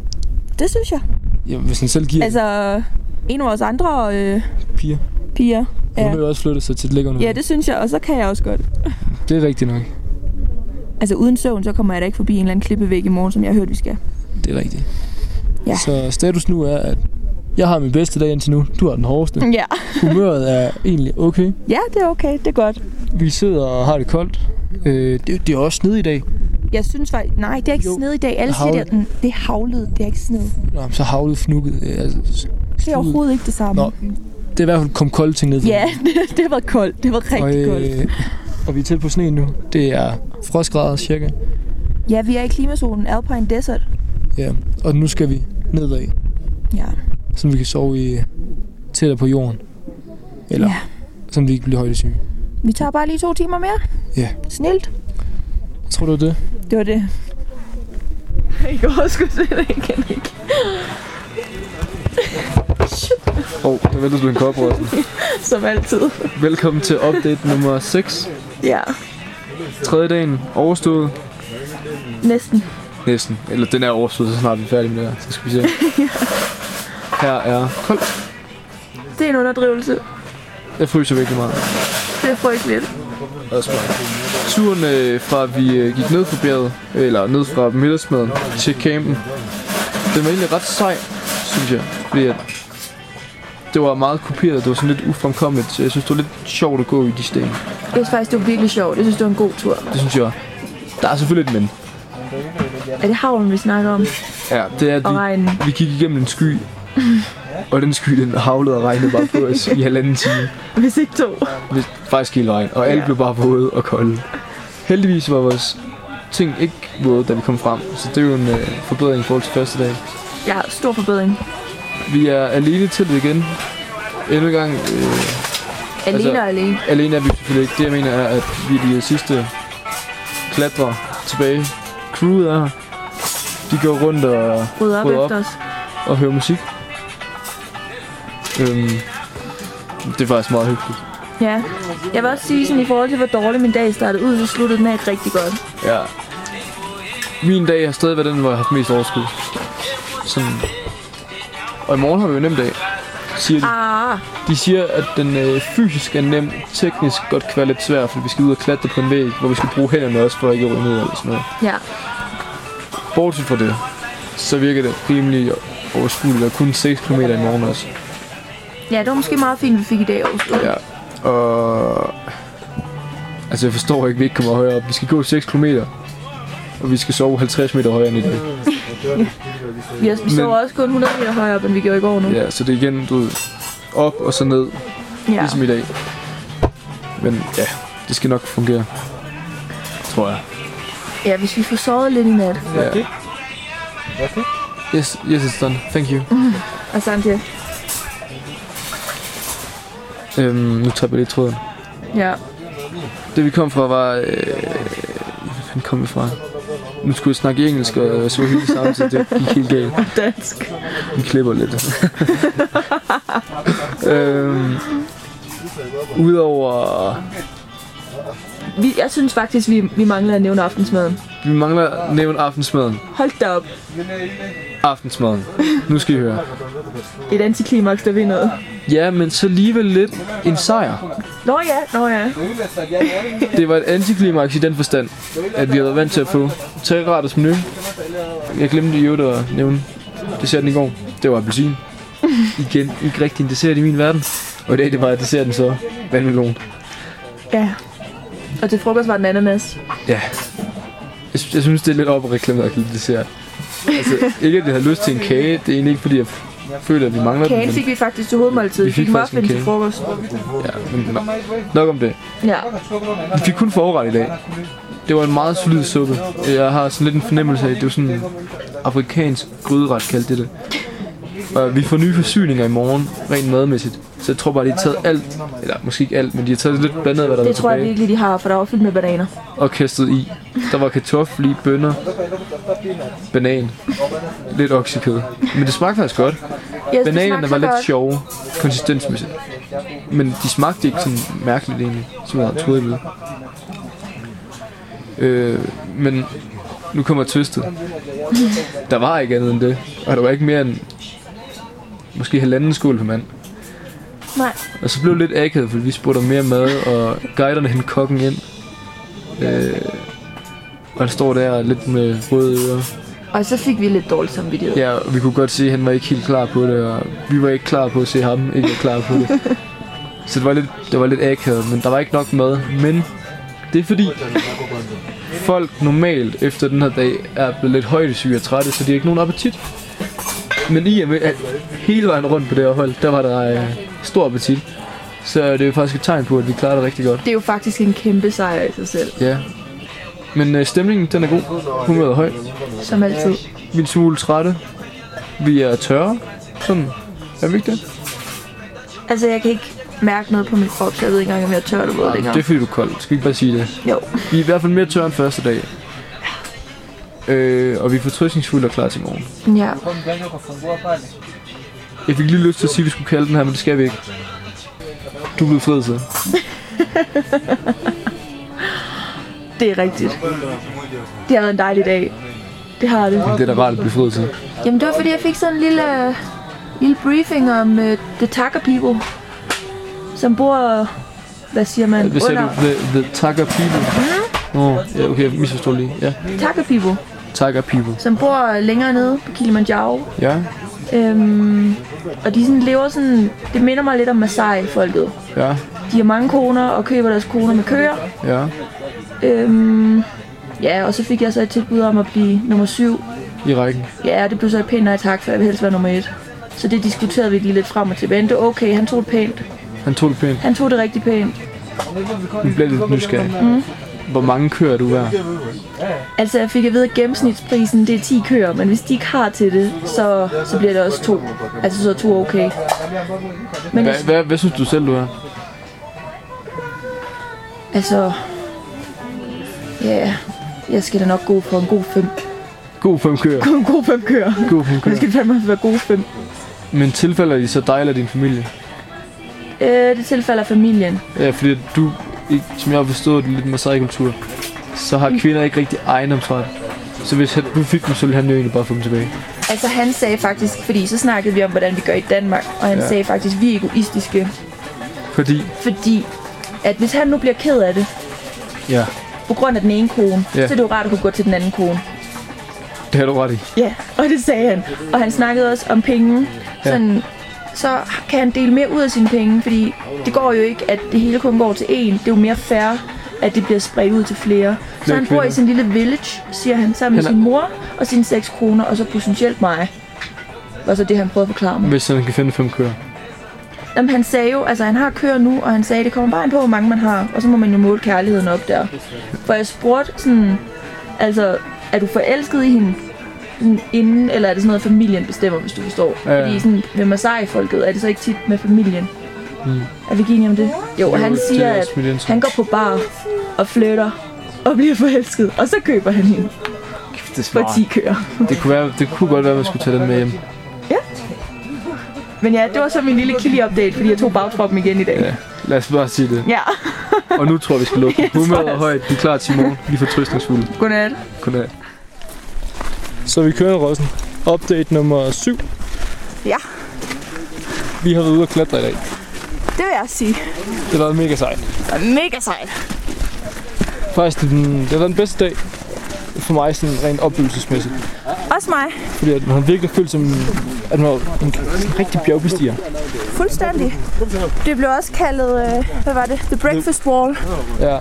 [SPEAKER 4] Det synes jeg.
[SPEAKER 5] Altså,
[SPEAKER 6] Ja, hvis han selv giver
[SPEAKER 4] Altså, en af vores andre øh,
[SPEAKER 6] Piger.
[SPEAKER 4] piger
[SPEAKER 3] Hun
[SPEAKER 5] Ja.
[SPEAKER 3] vil jo også flytte, så tit ligger hun
[SPEAKER 5] Ja, det synes jeg, og så kan jeg også godt.
[SPEAKER 3] ude. det er rigtigt nok.
[SPEAKER 5] Altså uden søvn, så kommer jeg da ikke forbi en eller anden klippevæg i morgen, som jeg har hørt, vi skal.
[SPEAKER 3] Det er rigtigt.
[SPEAKER 5] Ja.
[SPEAKER 3] Så status nu er, at jeg har min bedste dag indtil nu. Du har den hårdeste.
[SPEAKER 5] Ja.
[SPEAKER 3] Humøret er egentlig okay.
[SPEAKER 5] ja, det er okay, det er godt.
[SPEAKER 3] Vi sidder og har det koldt. Øh, det, det er også sned i dag.
[SPEAKER 5] Jeg synes faktisk, nej, det er ikke
[SPEAKER 3] Jo.
[SPEAKER 5] sned i dag. Alle siger,
[SPEAKER 3] Havl.
[SPEAKER 5] det, er, "Mm, det er havlet, det er ikke sned.
[SPEAKER 3] Nå, så havlet fnukket. Øh, altså,
[SPEAKER 5] Det er overhovedet ikke det samme.
[SPEAKER 3] Nå, det er i hvert fald kom kolde ting ned. fra
[SPEAKER 5] Ja, det, det har været koldt. Det var rigtig
[SPEAKER 3] og, øh,
[SPEAKER 5] koldt.
[SPEAKER 3] og vi er tæt på sneen nu. Det er frostgrader cirka.
[SPEAKER 5] Ja, vi er i klimazonen Alpine Desert.
[SPEAKER 3] Ja. Og nu skal vi nedad,
[SPEAKER 5] Ja.
[SPEAKER 3] så vi kan sove i tættere på jorden. Eller
[SPEAKER 5] ja.
[SPEAKER 3] så vi ikke bliver højdesyge.
[SPEAKER 5] Vi tager bare lige to timer mere.
[SPEAKER 3] Ja.
[SPEAKER 5] Snilt.
[SPEAKER 3] Jeg tror, det var det.
[SPEAKER 5] Det var det. I går skulle se det igen ikke.
[SPEAKER 6] Åh, oh, der væltes du en kop,
[SPEAKER 5] Som altid.
[SPEAKER 6] Velkommen til update nummer 6.
[SPEAKER 5] Ja,
[SPEAKER 6] Tredje dagen overstået.
[SPEAKER 5] næsten.
[SPEAKER 6] Næsten. Eller den er overstået, så snart vi er færdige med det her. Så skal vi se. Her er koldt.
[SPEAKER 5] Det er en underdrivelse.
[SPEAKER 6] Jeg fryser virkelig meget.
[SPEAKER 5] Det er frygteligt.
[SPEAKER 6] Turen øh, fra vi øh, gik ned fra bjerget, eller ned fra middagsmaden til campen, den var egentlig ret sej, synes jeg. Fordi at det var meget kopieret, det var sådan lidt ufremkommeligt, så jeg synes, det var lidt sjovt at gå i de sten.
[SPEAKER 5] Jeg synes faktisk, det var virkelig sjovt. Jeg synes, det var en god tur.
[SPEAKER 6] Det synes jeg. Der er selvfølgelig et men.
[SPEAKER 5] Er det havlen, vi snakker om?
[SPEAKER 6] Ja, det er, at
[SPEAKER 5] Og
[SPEAKER 6] vi,
[SPEAKER 5] regnen?
[SPEAKER 6] vi gik igennem en sky, og den sky, den havlede og regnede bare på os i halvanden time.
[SPEAKER 5] Hvis ikke to.
[SPEAKER 6] Hvis, faktisk hele vejen, og alle
[SPEAKER 5] Ja.
[SPEAKER 6] blev bare våde og kolde. Heldigvis var vores ting ikke våde, da vi kom frem, så det er jo en øh, forbedring i forhold til første dag.
[SPEAKER 5] Ja, stor forbedring.
[SPEAKER 6] Vi er alene til det igen. Endnu en gang, øh,
[SPEAKER 5] Alene
[SPEAKER 6] Altså-
[SPEAKER 5] og alene.
[SPEAKER 6] alene er vi selvfølgelig ikke. Det jeg mener er, at vi er de øh, sidste klatre tilbage. Crewet er her. De går rundt og,
[SPEAKER 5] Rydde op,
[SPEAKER 6] Rydde
[SPEAKER 5] op
[SPEAKER 6] op.
[SPEAKER 5] efter os.
[SPEAKER 6] og hører musik. Øhm, det er faktisk meget hyggeligt.
[SPEAKER 5] Ja. Jeg vil også sige, sådan, i forhold til, hvor dårlig min dag startede ud, så sluttede den af rigtig godt.
[SPEAKER 6] Ja. Min dag har stadig været den, hvor jeg har haft mest overskud. Sådan. Og i morgen har vi jo en nem dag, siger de.
[SPEAKER 5] Ah,
[SPEAKER 6] De siger, at den øh, fysisk er nem, teknisk godt kan være lidt svær, fordi vi skal ud og klatre på en væg, hvor vi skal bruge hænderne også for at ikke at ryge ned eller sådan noget.
[SPEAKER 5] ja.
[SPEAKER 6] Bortset fra det, så virker det rimelig overskueligt, og kun 6 km i morgen også.
[SPEAKER 5] Ja, det var måske meget fint, vi fik i dag overstået.
[SPEAKER 6] Ja, og... Altså, jeg forstår ikke, at vi ikke kommer højere op. Vi skal gå 6 km, og vi skal sove 50 meter højere end i dag.
[SPEAKER 5] Vi, har, vi
[SPEAKER 6] Men-
[SPEAKER 5] sover også kun 100 meter højere op, end vi gjorde i går nu.
[SPEAKER 6] Ja, så det er igen, du ved, op og så ned,
[SPEAKER 5] ja.
[SPEAKER 6] ligesom i dag. Men ja, det skal nok fungere. Tror jeg.
[SPEAKER 5] ja hvis vi får sovet lidt i nat.
[SPEAKER 6] Ja. Yes, yes, it's done. Thank you.
[SPEAKER 5] Og samtidig.
[SPEAKER 6] Øhm, nu tager jeg lige tråden.
[SPEAKER 5] Ja.
[SPEAKER 6] Det vi kom fra var... Øh, hvor fanden kom vi fra? Nu skulle jeg snakke engelsk og øh, så hyggeligt samtidig. Det gik helt galt.
[SPEAKER 5] Dansk.
[SPEAKER 6] Vi klipper lidt. øhm, Udover...
[SPEAKER 5] Vi, jeg synes faktisk, vi, vi mangler at nævne aftensmaden.
[SPEAKER 6] Vi mangler at nævne aftensmaden.
[SPEAKER 5] Hold da op.
[SPEAKER 6] Aftensmaden. Nu skal I høre.
[SPEAKER 5] Et antiklimaks, der vinder.
[SPEAKER 6] Ja, men så alligevel lidt en sejr.
[SPEAKER 5] Nå ja, nå ja.
[SPEAKER 6] Det var et antiklimaks i den forstand, at vi havde været vant til at få tre retters menu. Jeg glemte i øvrigt at nævne desserten i går. Det var appelsin. Igen, ikke rigtig en dessert i min verden. Og i dag det var desserten så vandmelon.
[SPEAKER 5] Ja. Og til frokost var den ananas.
[SPEAKER 6] Ja. Jeg, sy- jeg synes, det er lidt op at reklamere at give dessert. Altså, ikke at jeg havde lyst til en kage. Det er egentlig ikke, fordi jeg f- føler, at vi mangler
[SPEAKER 5] Kagen
[SPEAKER 6] den.
[SPEAKER 5] fik vi faktisk til hovedmåltid.
[SPEAKER 6] Vi
[SPEAKER 5] Vi
[SPEAKER 6] fik
[SPEAKER 5] fik
[SPEAKER 6] faktisk en
[SPEAKER 5] muffin til
[SPEAKER 6] kage.
[SPEAKER 5] frokost.
[SPEAKER 6] Men, ja, men no, nok om det.
[SPEAKER 5] Ja.
[SPEAKER 6] Vi fik kun forret i dag. Det var en meget solid suppe. Jeg har sådan lidt en fornemmelse af, at det er sådan en afrikansk gryderet, kaldte det det. Og vi får nye forsyninger i morgen, rent madmæssigt. Så jeg tror bare, de har taget alt, eller måske ikke alt, men de har taget lidt blandet, af, hvad der
[SPEAKER 5] Det
[SPEAKER 6] var
[SPEAKER 5] tror jeg
[SPEAKER 6] tilbage,
[SPEAKER 5] virkelig, de har, for der var fyldt med bananer.
[SPEAKER 6] og kastet i. Der var kartofler i, bønner, banan, lidt oksekød. Men det smagte faktisk godt.
[SPEAKER 5] Jeg synes, det
[SPEAKER 6] Bananerne
[SPEAKER 5] smagte så
[SPEAKER 6] var lidt
[SPEAKER 5] godt.
[SPEAKER 6] sjove, konsistensmæssigt. Men de smagte ikke sådan mærkeligt egentlig, som jeg troede, de ville. Øh, men nu kommer twistet. Der var ikke andet end det, og der var ikke mere end måske halvanden skål per mand.
[SPEAKER 5] Nej.
[SPEAKER 6] Og så blev det lidt akavet, fordi vi spurgte om mere mad, og guiderne hentede kokken ind. Øh, og han står der lidt med røde ører.
[SPEAKER 5] Og så fik vi lidt dårlig samvittighed.
[SPEAKER 6] Ja, og vi kunne godt se, at han var ikke helt klar på det, og vi var ikke klar på at se ham ikke var klar på det. Så det var lidt, det var lidt akavet, men der var ikke nok mad. Men det er fordi, folk normalt efter den her dag er blevet lidt højdesyge og trætte, så de har ikke nogen appetit. Men i og med, at hele vejen rundt på det her hold, der var der øh, stor appetit. Så det er jo faktisk et tegn på, at vi klarer det rigtig godt.
[SPEAKER 5] Det er jo faktisk en kæmpe sejr i sig selv,
[SPEAKER 6] Ja. Men øh, stemningen, den er god. Humøret er højt.
[SPEAKER 5] som altid.
[SPEAKER 6] Vi er en smule trætte. Vi er tørre. Sådan. Er vi ikke det?
[SPEAKER 5] Altså, jeg kan ikke mærke noget på min krop, så jeg ved ikke engang, om jeg er tør eller våd længere.
[SPEAKER 6] Det er fordi du er kold. Skal vi ikke bare sige det?
[SPEAKER 5] Jo.
[SPEAKER 6] Vi er i hvert fald mere tørre end første dag. Øh, og vi er fortrystningsfulde og klar til morgen.
[SPEAKER 5] Ja.
[SPEAKER 6] Jeg fik lige lyst til at sige, at vi skulle kalde den her, men det skal vi ikke. Du er blevet fred til.
[SPEAKER 5] Det er rigtigt. Det har været en dejlig dag. Det har det.
[SPEAKER 6] Det er da rart at blive fred til.
[SPEAKER 5] Jamen, det var fordi, jeg fik sådan en lille, øh, lille briefing om uh, the Tucker people, som bor, øh, hvad siger man,
[SPEAKER 6] Hvad sagde du?
[SPEAKER 5] under
[SPEAKER 6] The, the Tucker People? Nå, oh, ja, okay, jeg misforstod lige. Ja,
[SPEAKER 5] Tucker people,
[SPEAKER 6] Tucker People.
[SPEAKER 5] som bor længere nede på Kilimanjaro.
[SPEAKER 6] Ja,
[SPEAKER 5] Øhm, og de sådan lever sådan, det minder mig lidt om Maasai-folket.
[SPEAKER 6] ja,
[SPEAKER 5] De har mange koner og køber deres koner med køer.
[SPEAKER 6] ja.
[SPEAKER 5] Øhm, ja, og så fik jeg så et tilbud om at blive nummer syv.
[SPEAKER 6] I rækken.
[SPEAKER 5] Ja, det blev så et pænt nej tak, for jeg vil helst være nummer et. Så det diskuterede vi lige lidt frem og tilbage. Men Det var okay, han tog det pænt.
[SPEAKER 6] Han tog det pænt.
[SPEAKER 5] Han tog det rigtig pænt.
[SPEAKER 6] Vi bliver lidt nysgerrig. Hvor mange kører du hver?
[SPEAKER 5] Altså, jeg fik at vide, at gennemsnitsprisen det er 10 køer, men hvis de ikke har til det, så, så bliver det også to. Altså, så er to okay. Men
[SPEAKER 6] Hvad,
[SPEAKER 5] jeg,
[SPEAKER 6] hvad, hvad synes du selv, du er?
[SPEAKER 5] altså, ja, jeg skal da nok gå for en god fem.
[SPEAKER 6] God fem køer.
[SPEAKER 5] En god fem køer.
[SPEAKER 6] God
[SPEAKER 5] Men
[SPEAKER 6] fem
[SPEAKER 5] det
[SPEAKER 6] køer.
[SPEAKER 5] skal fandme være gode fem.
[SPEAKER 6] Men tilfælder de så dig eller din familie?
[SPEAKER 5] Øh, det tilfælder familien.
[SPEAKER 6] Ja, fordi du, ikke, som jeg har forstået det lidt med kultur så har kvinder ikke rigtig ejendomsret. Så hvis han- du fik dem, så ville han jo egentlig bare få dem tilbage.
[SPEAKER 5] Altså han sagde faktisk, fordi så snakkede vi om, hvordan vi gør i Danmark, og han
[SPEAKER 6] Ja.
[SPEAKER 5] ja. sagde faktisk, at vi er egoistiske,
[SPEAKER 6] Fordi,
[SPEAKER 5] fordi at hvis han nu bliver ked af det,
[SPEAKER 6] ja,
[SPEAKER 5] på grund af den ene kone,
[SPEAKER 6] Ja.
[SPEAKER 5] ja. så er det jo rart at kunne gå til den anden kone.
[SPEAKER 6] det har du ret i.
[SPEAKER 5] Ja, og det sagde han. Og han snakkede også om penge.
[SPEAKER 6] Ja.
[SPEAKER 5] Sådan, så kan han dele mere ud af sine penge, fordi det går jo ikke, at det hele kun går til én. Det er jo mere fair, at det bliver spredt ud til flere. Så
[SPEAKER 6] Flere
[SPEAKER 5] han bor
[SPEAKER 6] kvinder.
[SPEAKER 5] i sin lille village, siger han, sammen med
[SPEAKER 6] Han er-
[SPEAKER 5] sin mor og sine seks kroner, og så potentielt mig. Var så det, han prøvede at forklare mig.
[SPEAKER 6] Hvis han kan finde fem køer.
[SPEAKER 5] Jamen, han sagde jo, altså han har køer nu, og han sagde, det kommer bare an på, hvor mange man har, og så må man jo måle kærligheden op der. For jeg spurgte sådan, altså, er du forelsket i hende sådan inden, eller er det sådan noget, familien bestemmer, hvis du forstår?
[SPEAKER 6] Ja, ja.
[SPEAKER 5] Ja. Fordi sådan, ved Masai-folket er det så ikke tit med familien. Mm. Er vi ikke enige om det? Jo, og han
[SPEAKER 6] det
[SPEAKER 5] siger,
[SPEAKER 6] er
[SPEAKER 5] at
[SPEAKER 6] også mit indtryk.
[SPEAKER 5] han går på bar og flytter og bliver forelsket, og så køber han hende
[SPEAKER 6] Kæft, det er
[SPEAKER 5] for 10 køer.
[SPEAKER 6] Det kunne, være, det kunne godt være, at man skulle tage den med hjem.
[SPEAKER 5] Men ja, det var så min lille killy-update, fordi jeg tog bagtroppen igen i dag.
[SPEAKER 6] Ja. Lad os bare sige det.
[SPEAKER 5] Ja,
[SPEAKER 6] Og nu tror jeg, vi skal lukke.
[SPEAKER 5] tror
[SPEAKER 6] Humøret er
[SPEAKER 5] jeg.
[SPEAKER 6] højt. Vi er klar til i morgen. Vi er fortrystningsfulde.
[SPEAKER 5] godnat.
[SPEAKER 6] Godnat.
[SPEAKER 3] Så vi kører Rossen. Update nummer 7.
[SPEAKER 4] Ja,
[SPEAKER 3] Vi har været ude og klatre i dag.
[SPEAKER 4] det vil jeg sige.
[SPEAKER 3] Det har været mega sejt.
[SPEAKER 4] Det var mega sejt.
[SPEAKER 3] Faktisk, det er den, det har været den bedste dag for mig sådan rent oplevelsesmæssigt.
[SPEAKER 4] Også mig.
[SPEAKER 3] Fordi at man har virkelig følt som, at man var en, en rigtig bjergbestiger.
[SPEAKER 4] Fuldstændig. Det blev også kaldet, øh, hvad var det? The Breakfast Wall.
[SPEAKER 3] Ja.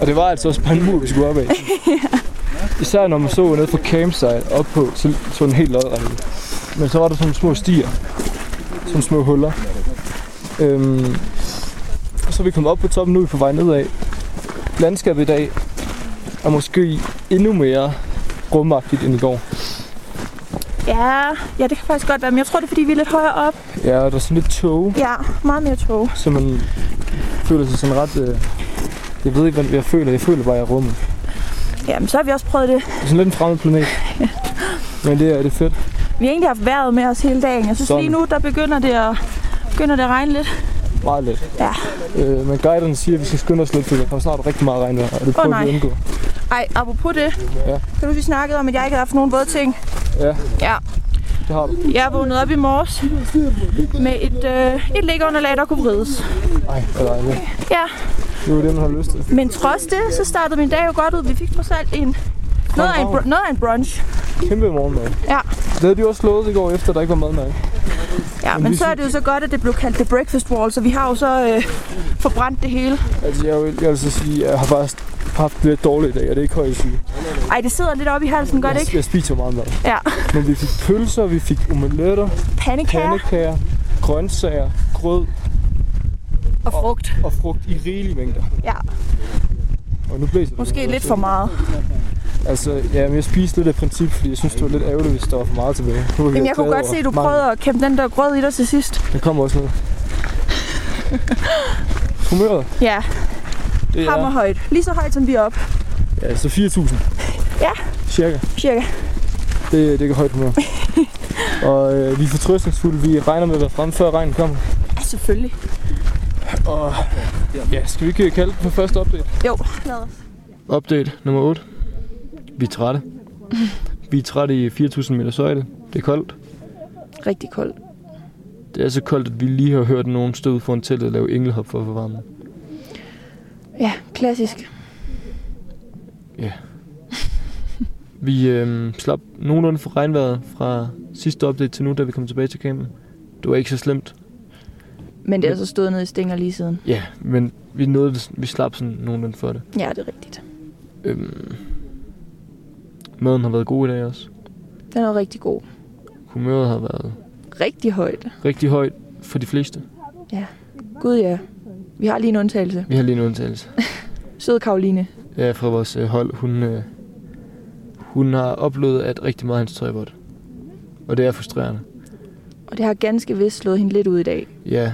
[SPEAKER 3] Og det var altså også bare en mur, vi skulle op ad. Især når man så ned fra campsite op på, så så den helt lodret ud. Men så var der sådan små stier. Sådan små huller. Øhm, og så er vi kommet op på toppen, nu er vi på vej nedad. Landskabet i dag er måske endnu mere rumagtigt end i går.
[SPEAKER 4] Ja, ja, det kan faktisk godt være, men jeg tror, det er, fordi vi er lidt højere op.
[SPEAKER 3] Ja, og der er sådan lidt tåge,
[SPEAKER 4] Ja, meget mere tog.
[SPEAKER 3] så man føler sig sådan ret... Øh, jeg ved ikke, hvad jeg føler. Jeg føler bare, at jeg er i rummet.
[SPEAKER 4] Jamen, så har vi også prøvet det.
[SPEAKER 3] Det er sådan lidt en fremmed planet. Men det er, det er fedt.
[SPEAKER 4] Vi har egentlig haft vejret med os hele dagen. Jeg synes
[SPEAKER 3] Sådan.
[SPEAKER 4] lige nu, der begynder det at, begynder det at regne lidt.
[SPEAKER 3] Meget lidt.
[SPEAKER 4] Ja.
[SPEAKER 3] Øh, men guiderne siger, at vi skal skynde os lidt, fordi der kommer snart rigtig meget regnvejr, og det prøver
[SPEAKER 4] nej.
[SPEAKER 3] vi at undgå.
[SPEAKER 4] Ej, apropos det.
[SPEAKER 3] Ja.
[SPEAKER 4] Kan du huske, vi snakkede om, at jeg ikke havde haft nogen våde ting?
[SPEAKER 3] Ja.
[SPEAKER 4] Ja.
[SPEAKER 3] Det har du.
[SPEAKER 5] Jeg vågnede op i morges med et, øh, et liggeunderlag, der kunne vrides.
[SPEAKER 3] Ej, hvor dejligt.
[SPEAKER 5] Ja,
[SPEAKER 3] Det er jo det, man har lyst til.
[SPEAKER 5] men trods det, så startede min dag jo godt ud. Vi fik trods alt en, noget, af en, br- noget af en brunch.
[SPEAKER 3] Kæmpe morgenmad.
[SPEAKER 5] Ja.
[SPEAKER 3] Det havde de også slået i går efter, der ikke var madmærke.
[SPEAKER 5] Ja, men så er det jo så godt, at det blev kaldt The Breakfast Wall, så vi har jo så øh, forbrændt det hele.
[SPEAKER 3] Altså, jeg vil, jeg vil så sige, at jeg har faktisk haft lidt dårligt i dag, og det er ikke højt syge.
[SPEAKER 5] Ej, det sidder lidt oppe i halsen, gør det
[SPEAKER 3] Jeg,
[SPEAKER 5] ikke?
[SPEAKER 3] jeg spiser meget mad.
[SPEAKER 5] Ja.
[SPEAKER 3] Men vi fik pølser, vi fik omeletter,
[SPEAKER 5] Pandekager
[SPEAKER 3] pandekager, grøntsager, grød
[SPEAKER 5] og frugt.
[SPEAKER 3] og frugt i rigelige mængder.
[SPEAKER 5] Ja.
[SPEAKER 3] Og nu blæser det
[SPEAKER 5] Måske
[SPEAKER 3] noget,
[SPEAKER 5] lidt
[SPEAKER 3] så-
[SPEAKER 5] for meget.
[SPEAKER 3] Altså, ja, men jeg spiste lidt af princip, fordi jeg synes, det var lidt ærgerligt, hvis der var for meget tilbage. Nu var vi
[SPEAKER 5] Jamen, jeg kunne
[SPEAKER 3] glade
[SPEAKER 5] godt
[SPEAKER 3] over
[SPEAKER 5] se, at du
[SPEAKER 3] manglen.
[SPEAKER 5] prøvede at kæmpe den der grød i dig til sidst.
[SPEAKER 3] Der kommer også noget. Humøret,
[SPEAKER 5] Ja,
[SPEAKER 3] det er...
[SPEAKER 5] hammerhøjt. Lige så højt, som vi er op,
[SPEAKER 3] Ja, så 4.000.
[SPEAKER 5] Ja.
[SPEAKER 3] Cirka.
[SPEAKER 5] cirka.
[SPEAKER 3] Det, det er højt humør. og øh, vi er fortrøstningsfulde. Vi regner med at være fremme, før regnen kommer.
[SPEAKER 5] Ja, selvfølgelig.
[SPEAKER 3] Og ja, skal vi ikke øh, kalde det for første update?
[SPEAKER 5] Jo, lad os.
[SPEAKER 6] Update nummer 8. Vi er trætte. Vi er trætte i 4.000 meters højde. Det er koldt.
[SPEAKER 5] Rigtig koldt.
[SPEAKER 6] Det er så koldt, at vi lige har hørt nogen stå ud foran teltet og lave englehop for at få varmen.
[SPEAKER 5] Ja, klassisk.
[SPEAKER 6] Vi øhm, slap nogenlunde for regnvejret fra sidste update til nu, da vi kom tilbage til campen. Det var ikke så slemt.
[SPEAKER 5] Men det er så stået nede i stænger lige siden.
[SPEAKER 6] Ja, men vi, nåede, det- vi slap sådan nogenlunde for det.
[SPEAKER 5] Ja, det er rigtigt.
[SPEAKER 6] Øhm, maden har været god i dag også.
[SPEAKER 5] Den er rigtig god.
[SPEAKER 6] Humøret har været
[SPEAKER 5] Rigtig højt.
[SPEAKER 6] rigtig højt for de fleste.
[SPEAKER 5] Gud ja. Vi har lige en undtagelse.
[SPEAKER 6] Vi har lige en undtagelse.
[SPEAKER 5] Søde Karoline.
[SPEAKER 6] Ja, fra vores øh, hold. Hun, øh, hun har oplevet, at rigtig meget af hendes tøj er vådt. Og det er frustrerende.
[SPEAKER 5] Og det har ganske vist slået hende lidt ud i dag.
[SPEAKER 6] Ja,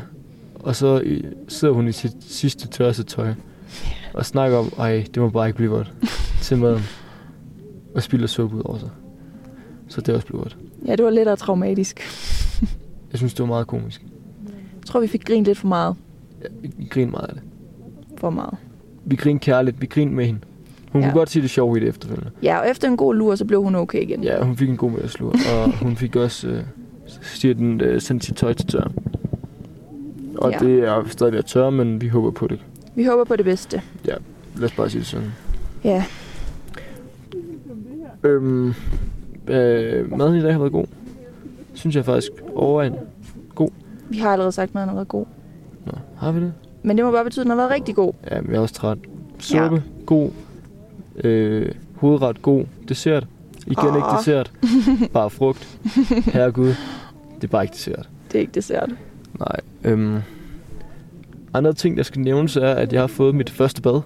[SPEAKER 6] og så øh, sidder hun i sit sidste tørste tøj og snakker om, ej, det må bare ikke blive vådt til maden. Og spilder suppe ud over sig. Så det er også blevet vådt.
[SPEAKER 5] Ja, det var lidt traumatisk.
[SPEAKER 6] Jeg synes, det var meget komisk.
[SPEAKER 5] Jeg tror, vi fik grint lidt for meget.
[SPEAKER 6] Ja, vi- vi griner meget af det.
[SPEAKER 5] For meget.
[SPEAKER 6] Vi griner kærligt, vi griner med hende. Hun ja.
[SPEAKER 5] Ja.
[SPEAKER 6] kunne godt se det sjove i det efterfølgende.
[SPEAKER 5] Ja, og efter en god lur, så blev hun okay igen.
[SPEAKER 6] Ja, hun fik en god middagslur, og hun fik også øh, siger den, øh, sendt sit tøj til tør. Og
[SPEAKER 5] Ja.
[SPEAKER 6] ja. det er stadig ved at tørre, men vi håber på det.
[SPEAKER 5] Vi håber på det bedste.
[SPEAKER 6] Lad os bare sige det sådan.
[SPEAKER 5] Ja.
[SPEAKER 6] Øhm, øh, maden i dag har været god. Synes jeg faktisk overvejende.
[SPEAKER 5] Vi har allerede sagt, at maden har været god.
[SPEAKER 6] Nå, har vi det?
[SPEAKER 5] Men det må bare betyde, at den har været rigtig god.
[SPEAKER 6] Ja, men jeg er også træt. Suppe, ja. god. Øh, hovedret, god. Dessert. Igen oh. ikke
[SPEAKER 5] Åh.
[SPEAKER 6] dessert. Bare frugt. Herregud. Det er bare ikke dessert.
[SPEAKER 5] Det er ikke dessert.
[SPEAKER 6] Nej. Øhm. Andre ting, der skal nævnes, er, at jeg har fået mit første bad.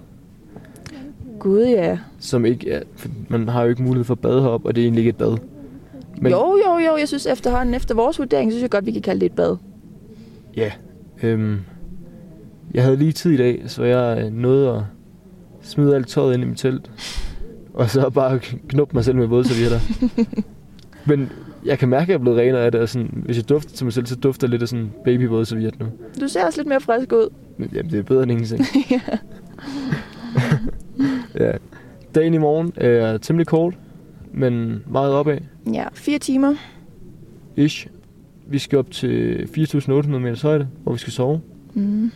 [SPEAKER 5] Gud ja.
[SPEAKER 6] Som ikke er, for man har jo ikke mulighed for at bade heroppe, og det er egentlig ikke et bad. Men-
[SPEAKER 5] Jo, jo, jo. Jeg synes efterhånden, efter vores vurdering, synes jeg godt, vi kan kalde det et bad.
[SPEAKER 6] Øhm, jeg havde lige tid i dag, så jeg øh, nåede at smide alt tøjet ind i mit telt. Og så bare knuppe mig selv med vådservietter. Men jeg kan mærke, at jeg er blevet renere af det. Og sådan, hvis jeg dufter til mig selv, så dufter jeg lidt af sådan baby vådserviet nu.
[SPEAKER 5] Du ser også lidt mere frisk ud.
[SPEAKER 6] Men jamen, det er bedre end ingenting. ja. Dagen i morgen er temmelig kort, men meget opad.
[SPEAKER 5] Ja, fire timer.
[SPEAKER 6] Ish. Vi skal op til 4.800 meters højde, hvor vi skal sove.
[SPEAKER 5] Mm.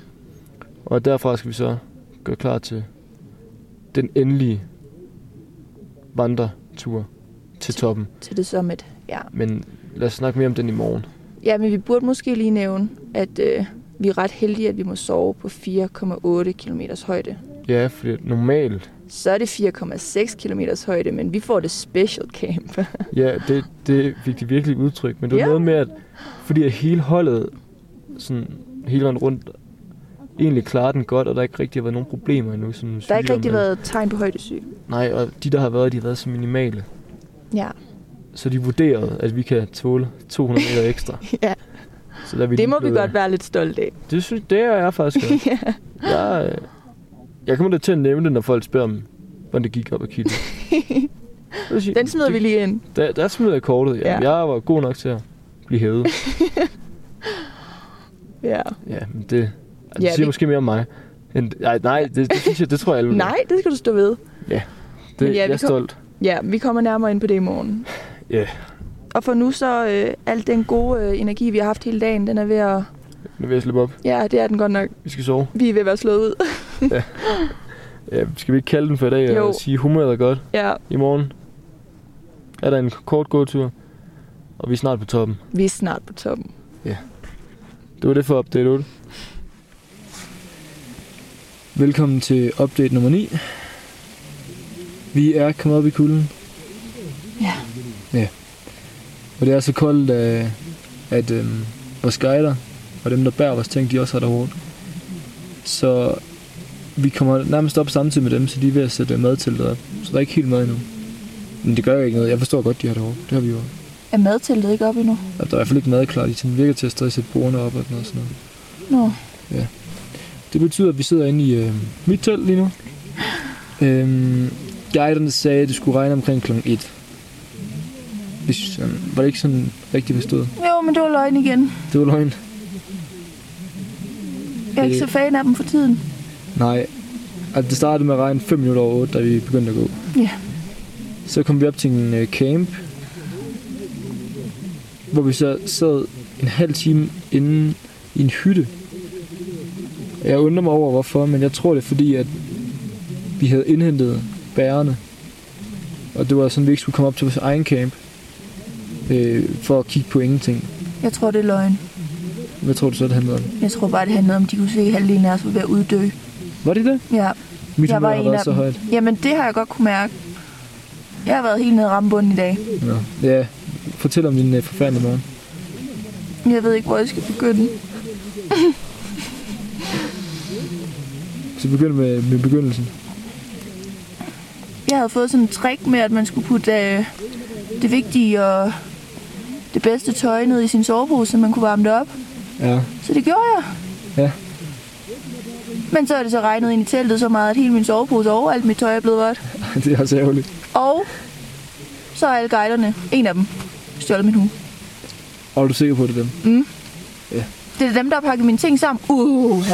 [SPEAKER 6] Og derfra skal vi så gøre klar til den endelige vandretur til toppen.
[SPEAKER 5] Til det summit. Ja.
[SPEAKER 6] Men lad os snakke mere om den i morgen.
[SPEAKER 5] ja, men vi burde måske lige nævne, at øh, vi er ret heldige, at vi må sove på 4,8 km højde.
[SPEAKER 6] Ja, fordi normalt,
[SPEAKER 5] Så er det 4,6 km højde, men vi får det special camp.
[SPEAKER 6] ja, det, det fik det virkelig udtryk. Men det var
[SPEAKER 5] Ja.
[SPEAKER 6] noget med, at fordi at hele holdet, sådan hele vejen rundt, egentlig klarer den godt, og der ikke rigtig har været nogen problemer endnu.
[SPEAKER 5] Der
[SPEAKER 6] Sådan
[SPEAKER 5] har ikke rigtig
[SPEAKER 6] sygdomme.
[SPEAKER 5] været tegn på højdesyg.
[SPEAKER 6] Nej, og de, der har været, de har været så minimale.
[SPEAKER 5] Ja.
[SPEAKER 6] Så de vurderede, at vi kan tåle 200 meter ekstra.
[SPEAKER 5] Ja.
[SPEAKER 6] Så der er vi
[SPEAKER 5] Det
[SPEAKER 6] lige
[SPEAKER 5] må vi
[SPEAKER 6] blevet-
[SPEAKER 5] godt være lidt stolte af.
[SPEAKER 6] Det synes det er jeg faktisk også. jeg, øh, jeg kommer da til at nævne det, når folk spørger om, hvordan det gik op ad kilden.
[SPEAKER 5] Den smider vi lige ind.
[SPEAKER 6] Der, der smider jeg kortet. Ja.
[SPEAKER 5] Ja.
[SPEAKER 6] Jeg var god nok til at blive hævet.
[SPEAKER 5] Ja.
[SPEAKER 6] Ja, men det, det
[SPEAKER 5] Ja,
[SPEAKER 6] ja, siger
[SPEAKER 5] vi-
[SPEAKER 6] måske mere om mig. End, nej, nej det, det, synes jeg, det tror jeg alle vil.
[SPEAKER 5] Nej, det skal du stå ved.
[SPEAKER 6] det,
[SPEAKER 5] men ja,
[SPEAKER 6] jeg
[SPEAKER 5] vi
[SPEAKER 6] er
[SPEAKER 5] kom-
[SPEAKER 6] stolt.
[SPEAKER 5] Ja, vi kommer nærmere ind på det i morgen. Og for nu så, øh, al den gode øh, energi, vi har haft hele dagen, den er ved at...
[SPEAKER 3] Nu vil jeg slippe op.
[SPEAKER 5] Ja, det er den godt nok.
[SPEAKER 3] Vi skal sove.
[SPEAKER 5] Vi er ved at være slået ud.
[SPEAKER 3] Ja, skal vi ikke kalde den for i dag
[SPEAKER 5] Jo.
[SPEAKER 3] og sige, humøret er godt
[SPEAKER 5] ja,
[SPEAKER 3] i morgen? Er der en kort gåtur, og vi er snart på toppen.
[SPEAKER 5] vi er snart på toppen.
[SPEAKER 3] Det var det for update 8. Velkommen til update nummer 9. Vi er kommet op i kulden. Ja. Ja. Og det er så koldt, øh, at øh, vores guider og dem, der bærer vores ting, de også har det hårdt. Så vi kommer nærmest op samtidig med dem, så de er ved at sætte madteltet op. Så der er ikke helt mad endnu. Men det gør jo ikke noget. Jeg forstår godt, de har det hårdt. Det har vi jo.
[SPEAKER 5] Er madteltet ikke op endnu?
[SPEAKER 3] Og der er i hvert fald ikke mad klar. De sådan virker til at stadig sætte bordene op og sådan noget. Sådan noget.
[SPEAKER 5] Nå.
[SPEAKER 3] Det betyder, at vi sidder inde i øh, mit telt lige nu. Øhm, guiderne sagde, at det skulle regne omkring kl. 1. Hvis, øh, var det ikke sådan rigtigt forstået?
[SPEAKER 5] Jo, men det var løgn igen.
[SPEAKER 3] Det var løgn.
[SPEAKER 5] Jeg er ikke så fan af dem for tiden.
[SPEAKER 3] Nej. Altså, det startede med at regne 5 minutter over 8, da vi begyndte at gå.
[SPEAKER 5] Ja.
[SPEAKER 3] Så kom vi op til en øh, camp, hvor vi så sad en halv time inde i en hytte. Jeg undrer mig over, hvorfor, men jeg tror, det er fordi, at vi havde indhentet bærerne. Og det var sådan, at vi ikke skulle komme op til vores egen camp øh, for at kigge på ingenting.
[SPEAKER 5] Jeg tror, det er løgn.
[SPEAKER 3] Hvad tror du så, det handlede om?
[SPEAKER 5] Jeg tror bare, det handlede om, at de kunne se, at halvdelen af os var ved at uddø.
[SPEAKER 3] Var det det?
[SPEAKER 5] Ja,
[SPEAKER 3] Mit
[SPEAKER 5] jeg
[SPEAKER 3] humør
[SPEAKER 5] var
[SPEAKER 3] har
[SPEAKER 5] en af
[SPEAKER 3] været så
[SPEAKER 5] dem.
[SPEAKER 3] højt.
[SPEAKER 5] Jamen, det har jeg godt kunne mærke. Jeg har været helt nede i rammebunden i dag.
[SPEAKER 3] Nå. Ja, fortæl om din øh, forfærdelige morgen.
[SPEAKER 5] Jeg ved ikke, hvor jeg skal begynde.
[SPEAKER 3] Så begynd med, med begyndelsen.
[SPEAKER 5] Jeg havde fået sådan en trick med, at man skulle putte øh, det vigtige og det bedste tøj ned i sin sovepose, så man kunne varme det op.
[SPEAKER 3] Ja.
[SPEAKER 5] Så det gjorde jeg.
[SPEAKER 3] Ja.
[SPEAKER 5] Men så er det så regnet ind i teltet så meget, at hele min sovepose og alt mit tøj er blevet vådt.
[SPEAKER 3] Det er også ærgerligt.
[SPEAKER 5] Og så er alle guiderne, en af dem, stjålet min hue.
[SPEAKER 3] Og er du sikker på, at det er dem?
[SPEAKER 5] Det er dem, der har pakket mine ting sammen. Uh, det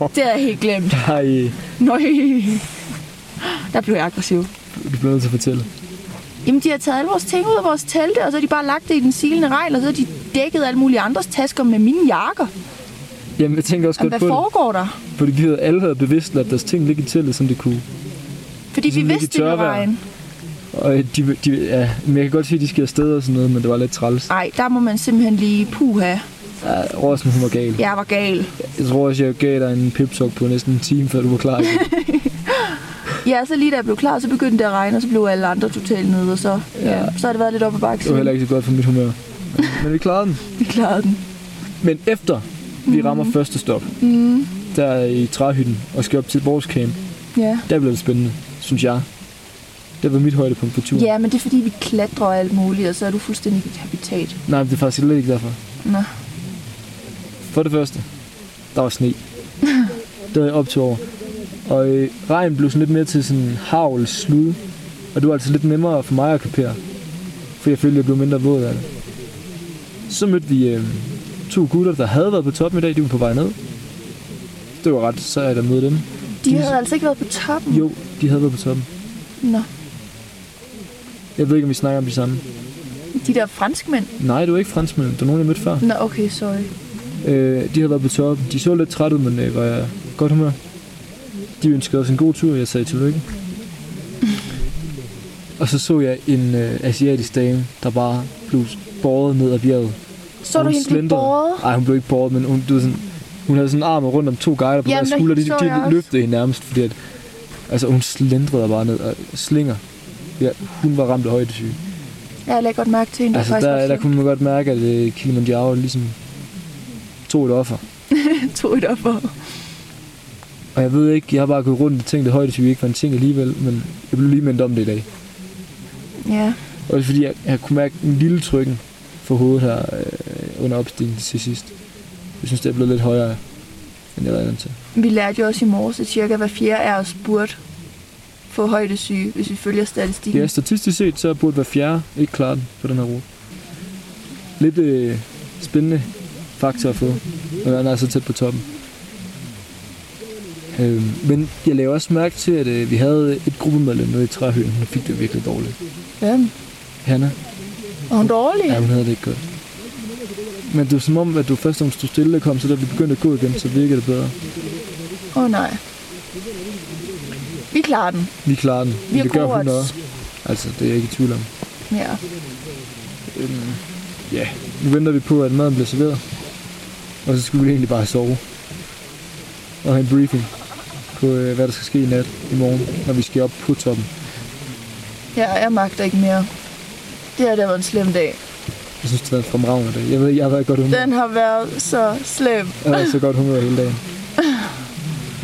[SPEAKER 5] havde jeg helt glemt.
[SPEAKER 3] Nej,
[SPEAKER 5] Nøj. Der blev jeg aggressiv.
[SPEAKER 3] du bliver nødt til at fortælle.
[SPEAKER 5] Jamen, de har taget alle vores ting ud af vores telte, og så har de bare lagt det i den silende regn, og så har de dækket alle mulige andres tasker med mine jakker.
[SPEAKER 3] Jamen, jeg tænker også
[SPEAKER 5] Jamen,
[SPEAKER 3] godt
[SPEAKER 5] hvad
[SPEAKER 3] på det.
[SPEAKER 5] foregår der?
[SPEAKER 3] Fordi vi havde alle havde bevidst ladt deres ting ligge i teltet, som det kunne.
[SPEAKER 5] Fordi vi
[SPEAKER 3] Sådan Ligesom lidt i
[SPEAKER 5] vidste, det ville
[SPEAKER 3] tørvejr.
[SPEAKER 5] regn.
[SPEAKER 3] Og øh, de, de, ja, men jeg kan godt se, at de skal afsted og sådan noget, men det var lidt træls.
[SPEAKER 5] Nej, der må man simpelthen lige puha.
[SPEAKER 3] Ja, Rosen, hun var gal.
[SPEAKER 5] Jeg var gal.
[SPEAKER 3] Jeg tror også, jeg gav dig en pipsok på næsten en time, før du var klar igen.
[SPEAKER 5] Ja, så lige da jeg blev klar, så begyndte det at regne, og så blev alle andre totalt nede, og så, ja. Ja, så har det været lidt op ad bakke.
[SPEAKER 3] Det var heller ikke så godt for mit humør. Men vi klarede den.
[SPEAKER 5] Vi klarede den.
[SPEAKER 3] Men efter vi rammer første stop, mm. der i træhytten, og skal op til vores camp,
[SPEAKER 5] Ja.
[SPEAKER 3] der blev det spændende, synes jeg. Det var mit højdepunkt på turen.
[SPEAKER 5] ja, men det er fordi, vi klatrer og alt muligt, og så er du fuldstændig i dit habitat.
[SPEAKER 3] Nej, men det er faktisk slet ikke derfor.
[SPEAKER 5] Nå.
[SPEAKER 3] For det første, der var sne. det var jeg op til over. Og øh, regn blev sådan lidt mere til sådan havl, slud. Og det var altså lidt nemmere for mig at kapere. For jeg følte, at jeg blev mindre våd af det. Så mødte vi øh, to gutter, der havde været på toppen i dag. De var på vej ned. Det var ret sejt at møde dem.
[SPEAKER 5] De havde altså ikke været på toppen.
[SPEAKER 3] Jo, de havde været på toppen.
[SPEAKER 5] Nå.
[SPEAKER 3] Jeg ved ikke, om vi snakker om de samme.
[SPEAKER 5] De der franskmænd.
[SPEAKER 3] Nej, det var ikke franskmænd. Det var nogen, jeg mødte før.
[SPEAKER 5] Nå, okay, sorry.
[SPEAKER 3] Øh, de havde været på toppen. De så lidt trætte ud, men øh, var jeg godt humør. De ønskede os en god tur, og jeg sagde tillykke. og så så jeg en øh, asiatisk dame, der bare blev båret ned ad bjerget.
[SPEAKER 5] Så du hende blive båret?
[SPEAKER 3] Nej, hun blev ikke båret, men hun, du ved sådan, hun havde sådan en arm rundt om to guider på
[SPEAKER 5] Jamen,
[SPEAKER 3] hver
[SPEAKER 5] det
[SPEAKER 3] skulder. De,
[SPEAKER 5] så jeg
[SPEAKER 3] de
[SPEAKER 5] også.
[SPEAKER 3] løftede hende nærmest, fordi at, altså, hun slendrede bare ned og slinger. Ja, hun var ramt af højdesyge.
[SPEAKER 5] Ja, jeg lagde godt mærke til hende. Det var
[SPEAKER 3] Altså,
[SPEAKER 5] faktisk
[SPEAKER 3] der,
[SPEAKER 5] ret
[SPEAKER 3] der kunne man godt mærke, at øh, Kilimanjaro ligesom tog et offer.
[SPEAKER 5] slemt. tog et op og...
[SPEAKER 3] Og jeg ved ikke, jeg har bare gået rundt og tænkt, at højdesyge ikke var en ting alligevel, men jeg blev lige mindet om det i dag.
[SPEAKER 5] Ja.
[SPEAKER 3] Og det er fordi, jeg, jeg kunne mærke en lille trykken for hovedet her øh, under opstigningen til sidst. Jeg synes, det er blevet lidt højere, end jeg var vant til.
[SPEAKER 5] Vi lærte jo også i morges, at cirka hver fjerde af os burde få højdesyge, hvis vi følger statistikken.
[SPEAKER 3] Ja, statistisk set, så burde hver fjerde ikke klare den på den her rute. Lidt øh, spændende faktor at få, når man er så tæt på toppen. Øhm, men jeg lavede også mærke til, at øh, vi havde et gruppemedlem nede i Træhøen. Hun fik det virkelig dårligt.
[SPEAKER 5] Ja.
[SPEAKER 3] Hanna,
[SPEAKER 5] Var hun dårlig?
[SPEAKER 6] Ja, hun havde det ikke godt. Men det var som om, at du først, om du stod stille, kom, så da vi begyndte at gå igen, så virkede det bedre.
[SPEAKER 5] Åh oh, nej. Vi klarer den.
[SPEAKER 6] Vi klarer den.
[SPEAKER 5] Vi
[SPEAKER 6] Men
[SPEAKER 5] er
[SPEAKER 6] det gør
[SPEAKER 5] gode odds.
[SPEAKER 6] hun også. Altså, det er jeg ikke i tvivl om.
[SPEAKER 5] Ja.
[SPEAKER 6] Øhm, Ja, nu venter vi på, at maden bliver serveret. Og så skulle vi egentlig bare sove. Og have en briefing på, øh, hvad der skal ske i nat, i morgen, når vi skal op på toppen.
[SPEAKER 5] Ja, jeg magter ikke mere. Det her det har været en slem dag.
[SPEAKER 6] Mm. Jeg synes, det er en fremragende dag. Jeg ved ikke, jeg har været i godt humør.
[SPEAKER 5] Den har været så slem.
[SPEAKER 6] Jeg har været i så godt humør hele dagen.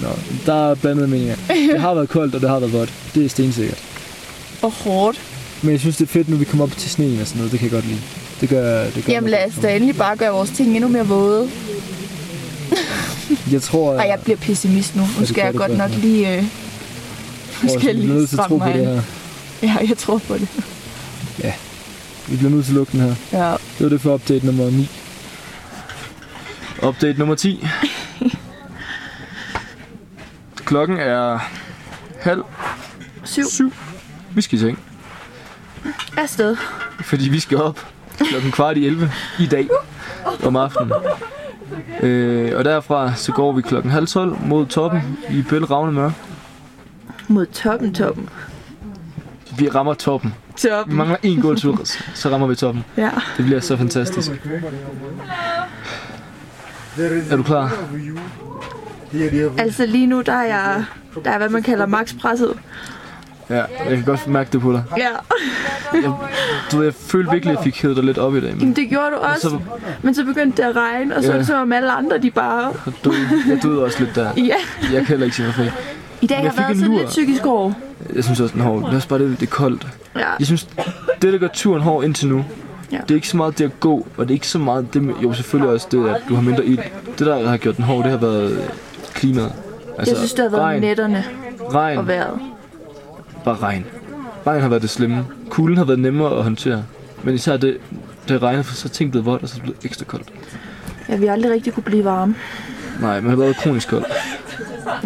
[SPEAKER 6] Nå, der er blandede meninger. Det har været koldt, og det har været vådt. Det er stensikkert.
[SPEAKER 5] Og hårdt.
[SPEAKER 6] Men jeg synes, det er fedt, nu vi kommer op til sneen og sådan noget. Det kan jeg godt lide. Det gør, det gør
[SPEAKER 5] Jamen
[SPEAKER 6] mig
[SPEAKER 5] lad
[SPEAKER 6] godt.
[SPEAKER 5] os da endelig bare gøre vores ting endnu mere våde.
[SPEAKER 6] Jeg tror,
[SPEAKER 5] Ej, jeg bliver pessimist nu. Nu
[SPEAKER 6] det
[SPEAKER 5] skal
[SPEAKER 6] gør
[SPEAKER 5] jeg
[SPEAKER 6] du
[SPEAKER 5] godt
[SPEAKER 6] godt
[SPEAKER 5] nok
[SPEAKER 6] nok.
[SPEAKER 5] lige... Øh, nu
[SPEAKER 6] tror,
[SPEAKER 5] skal jeg
[SPEAKER 6] vi bliver
[SPEAKER 5] lige
[SPEAKER 6] nødt til at tro
[SPEAKER 5] stramme
[SPEAKER 6] på
[SPEAKER 5] mig.
[SPEAKER 6] det
[SPEAKER 5] an.
[SPEAKER 6] her.
[SPEAKER 5] Ja, jeg tror på det.
[SPEAKER 6] Vi bliver nødt til at lukke den her.
[SPEAKER 5] Ja.
[SPEAKER 6] Det var det for update nummer 9. Update nummer 10. Klokken er halv
[SPEAKER 5] Syv.
[SPEAKER 6] syv. Vi skal i seng,
[SPEAKER 5] Afsted.
[SPEAKER 6] fordi vi skal op klokken kvart i 11 i dag om aftenen. Øh, og derfra så går vi klokken halv 12 mod toppen i bælragende mørke.
[SPEAKER 5] Mod toppen, toppen.
[SPEAKER 6] Vi rammer toppen. Vi
[SPEAKER 5] Toppen.
[SPEAKER 6] mangler en gåtur, så- så rammer vi toppen.
[SPEAKER 5] Ja.
[SPEAKER 6] Det bliver så fantastisk. Er du klar?
[SPEAKER 5] Altså lige nu, der er jeg... Der er, hvad man kalder makspresset.
[SPEAKER 6] Ja, jeg kan godt mærke det på dig.
[SPEAKER 5] Ja.
[SPEAKER 6] Du ved, jeg følte virkelig, at jeg fik hævet dig lidt op i dag. Men
[SPEAKER 5] Jamen, det gjorde du også.
[SPEAKER 6] så,
[SPEAKER 5] Men så begyndte det at regne, og så
[SPEAKER 6] Ja.
[SPEAKER 5] var det som om alle andre, de bare...
[SPEAKER 6] du, jeg døde også lidt der.
[SPEAKER 5] Ja.
[SPEAKER 6] Jeg kan heller ikke sige hvorfor.
[SPEAKER 5] I dag
[SPEAKER 6] Jeg
[SPEAKER 5] har
[SPEAKER 6] fik
[SPEAKER 5] været
[SPEAKER 6] en
[SPEAKER 5] sådan
[SPEAKER 6] lur.
[SPEAKER 5] lidt psykisk hård.
[SPEAKER 6] Jeg synes også, den er hård. Det er også bare det, det er koldt.
[SPEAKER 5] Ja.
[SPEAKER 6] Jeg synes, det der gør turen hård indtil nu,
[SPEAKER 5] Ja.
[SPEAKER 6] det er ikke så meget det at gå, og det er ikke så meget det med, jo selvfølgelig også det, at du har mindre ild. Det der har gjort den hård, det har været øh, klimaet. Altså,
[SPEAKER 5] Jeg synes, det har været
[SPEAKER 6] regn,
[SPEAKER 5] nætterne
[SPEAKER 6] regn,
[SPEAKER 5] og vejret.
[SPEAKER 6] bare regn. Regn har været det slemme. Kulden har været nemmere at håndtere. Men især det, det regnede, for så er ting blevet vådt, og så er det blevet ekstra koldt.
[SPEAKER 5] Ja, vi har aldrig rigtig kunne blive varme.
[SPEAKER 6] Nej, man har været kronisk kold.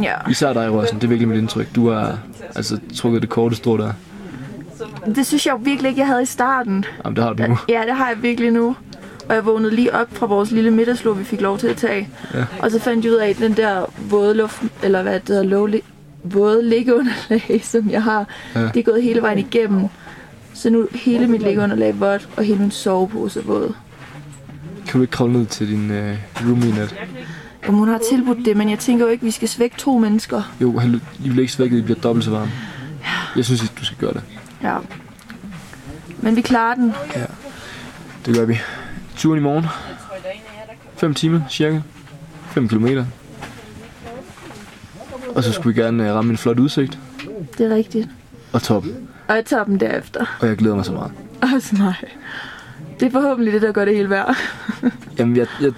[SPEAKER 5] Ja.
[SPEAKER 6] Især dig, Røsen. Det er virkelig mit indtryk. Du har altså, trukket det korte strå der.
[SPEAKER 5] Det synes jeg virkelig ikke, jeg havde i starten.
[SPEAKER 6] Jamen, det har du nu.
[SPEAKER 5] Ja, det har jeg virkelig nu. Og jeg vågnede lige op fra vores lille middagslur, vi fik lov til at tage. Ja. Og så fandt jeg ud af, at den der våde luft, eller hvad det hedder, lovlig, våde liggeunderlag, som jeg har, ja. det er gået hele vejen igennem. Så nu er hele mit liggeunderlag vådt, og hele min sovepose er våd.
[SPEAKER 6] Kan du ikke kravle ned til din øh, roomie i nat?
[SPEAKER 5] Jamen, hun har tilbudt det, men jeg tænker jo ikke, at vi skal svække to mennesker.
[SPEAKER 6] Jo, hallo, I bliver ikke svækket, I bliver dobbelt så varme. Jeg synes ikke, du skal gøre det.
[SPEAKER 5] Ja. Men vi klarer den.
[SPEAKER 6] Det gør vi. Turen i morgen. 5 timer, cirka. 5 kilometer. Og så skulle vi gerne øh, ramme en flot udsigt.
[SPEAKER 5] Det er rigtigt.
[SPEAKER 6] Og top.
[SPEAKER 5] Og jeg tager dem derefter.
[SPEAKER 6] Og jeg glæder mig så meget.
[SPEAKER 5] Også mig. Det er forhåbentlig det, der gør det hele værd.
[SPEAKER 6] Jamen, jeg, jeg,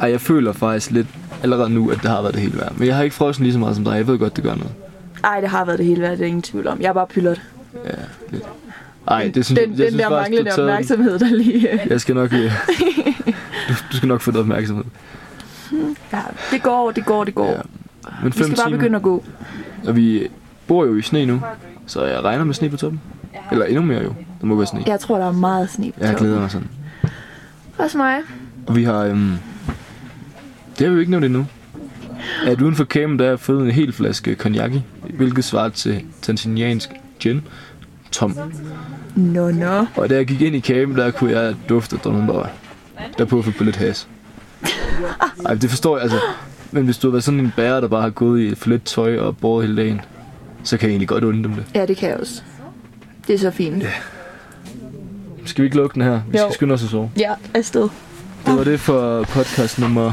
[SPEAKER 6] ej, jeg føler faktisk lidt allerede nu, at det har været det hele værd. Men jeg har ikke frosset lige så meget som dig. Jeg ved godt, det gør noget.
[SPEAKER 5] Ej, det har været det hele værd, det er ingen tvivl om. Jeg er bare pyllot.
[SPEAKER 6] Ej, det synes
[SPEAKER 5] Den,
[SPEAKER 6] Mm. jeg,
[SPEAKER 5] den
[SPEAKER 6] jeg synes
[SPEAKER 5] der
[SPEAKER 6] faktisk, du
[SPEAKER 5] manglende
[SPEAKER 6] har taget den.
[SPEAKER 5] opmærksomhed, der lige... øh,
[SPEAKER 6] Jeg skal nok... øh, du, du skal nok få noget opmærksomhed.
[SPEAKER 5] Ja, det går, det går, det går.
[SPEAKER 6] Ja,
[SPEAKER 5] vi
[SPEAKER 6] Men fem
[SPEAKER 5] skal bare
[SPEAKER 6] timer,
[SPEAKER 5] begynde at gå.
[SPEAKER 6] og vi bor jo i sne nu, så jeg regner med sne på toppen. Eller endnu mere jo. Der må være sne.
[SPEAKER 5] Jeg tror, der er meget sne på
[SPEAKER 6] Jeg
[SPEAKER 5] toppen.
[SPEAKER 6] glæder mig sådan.
[SPEAKER 5] Også mig.
[SPEAKER 6] Og vi har... Øhm, det har vi jo ikke nævnt endnu. At uden for Cayman, der har jeg fået en hel flaske cognac, i, hvilket svarer til tanzaniansk gin. Tom.
[SPEAKER 5] Nå, nå.
[SPEAKER 6] Og da jeg gik ind i Cayman, der kunne jeg dufte, at der var nogen, der var der puffede på lidt has. Ej, det forstår jeg altså. Men hvis du har været sådan en bærer, der bare har gået i for lidt tøj og båret hele dagen, så kan jeg egentlig godt undre dem det.
[SPEAKER 5] Ja, det kan jeg også. Det er så fint.
[SPEAKER 6] Skal vi ikke lukke den her? Vi
[SPEAKER 5] Jo.
[SPEAKER 6] skal skynde os at sove.
[SPEAKER 5] Ja, afsted.
[SPEAKER 6] Det var det for podcast nummer...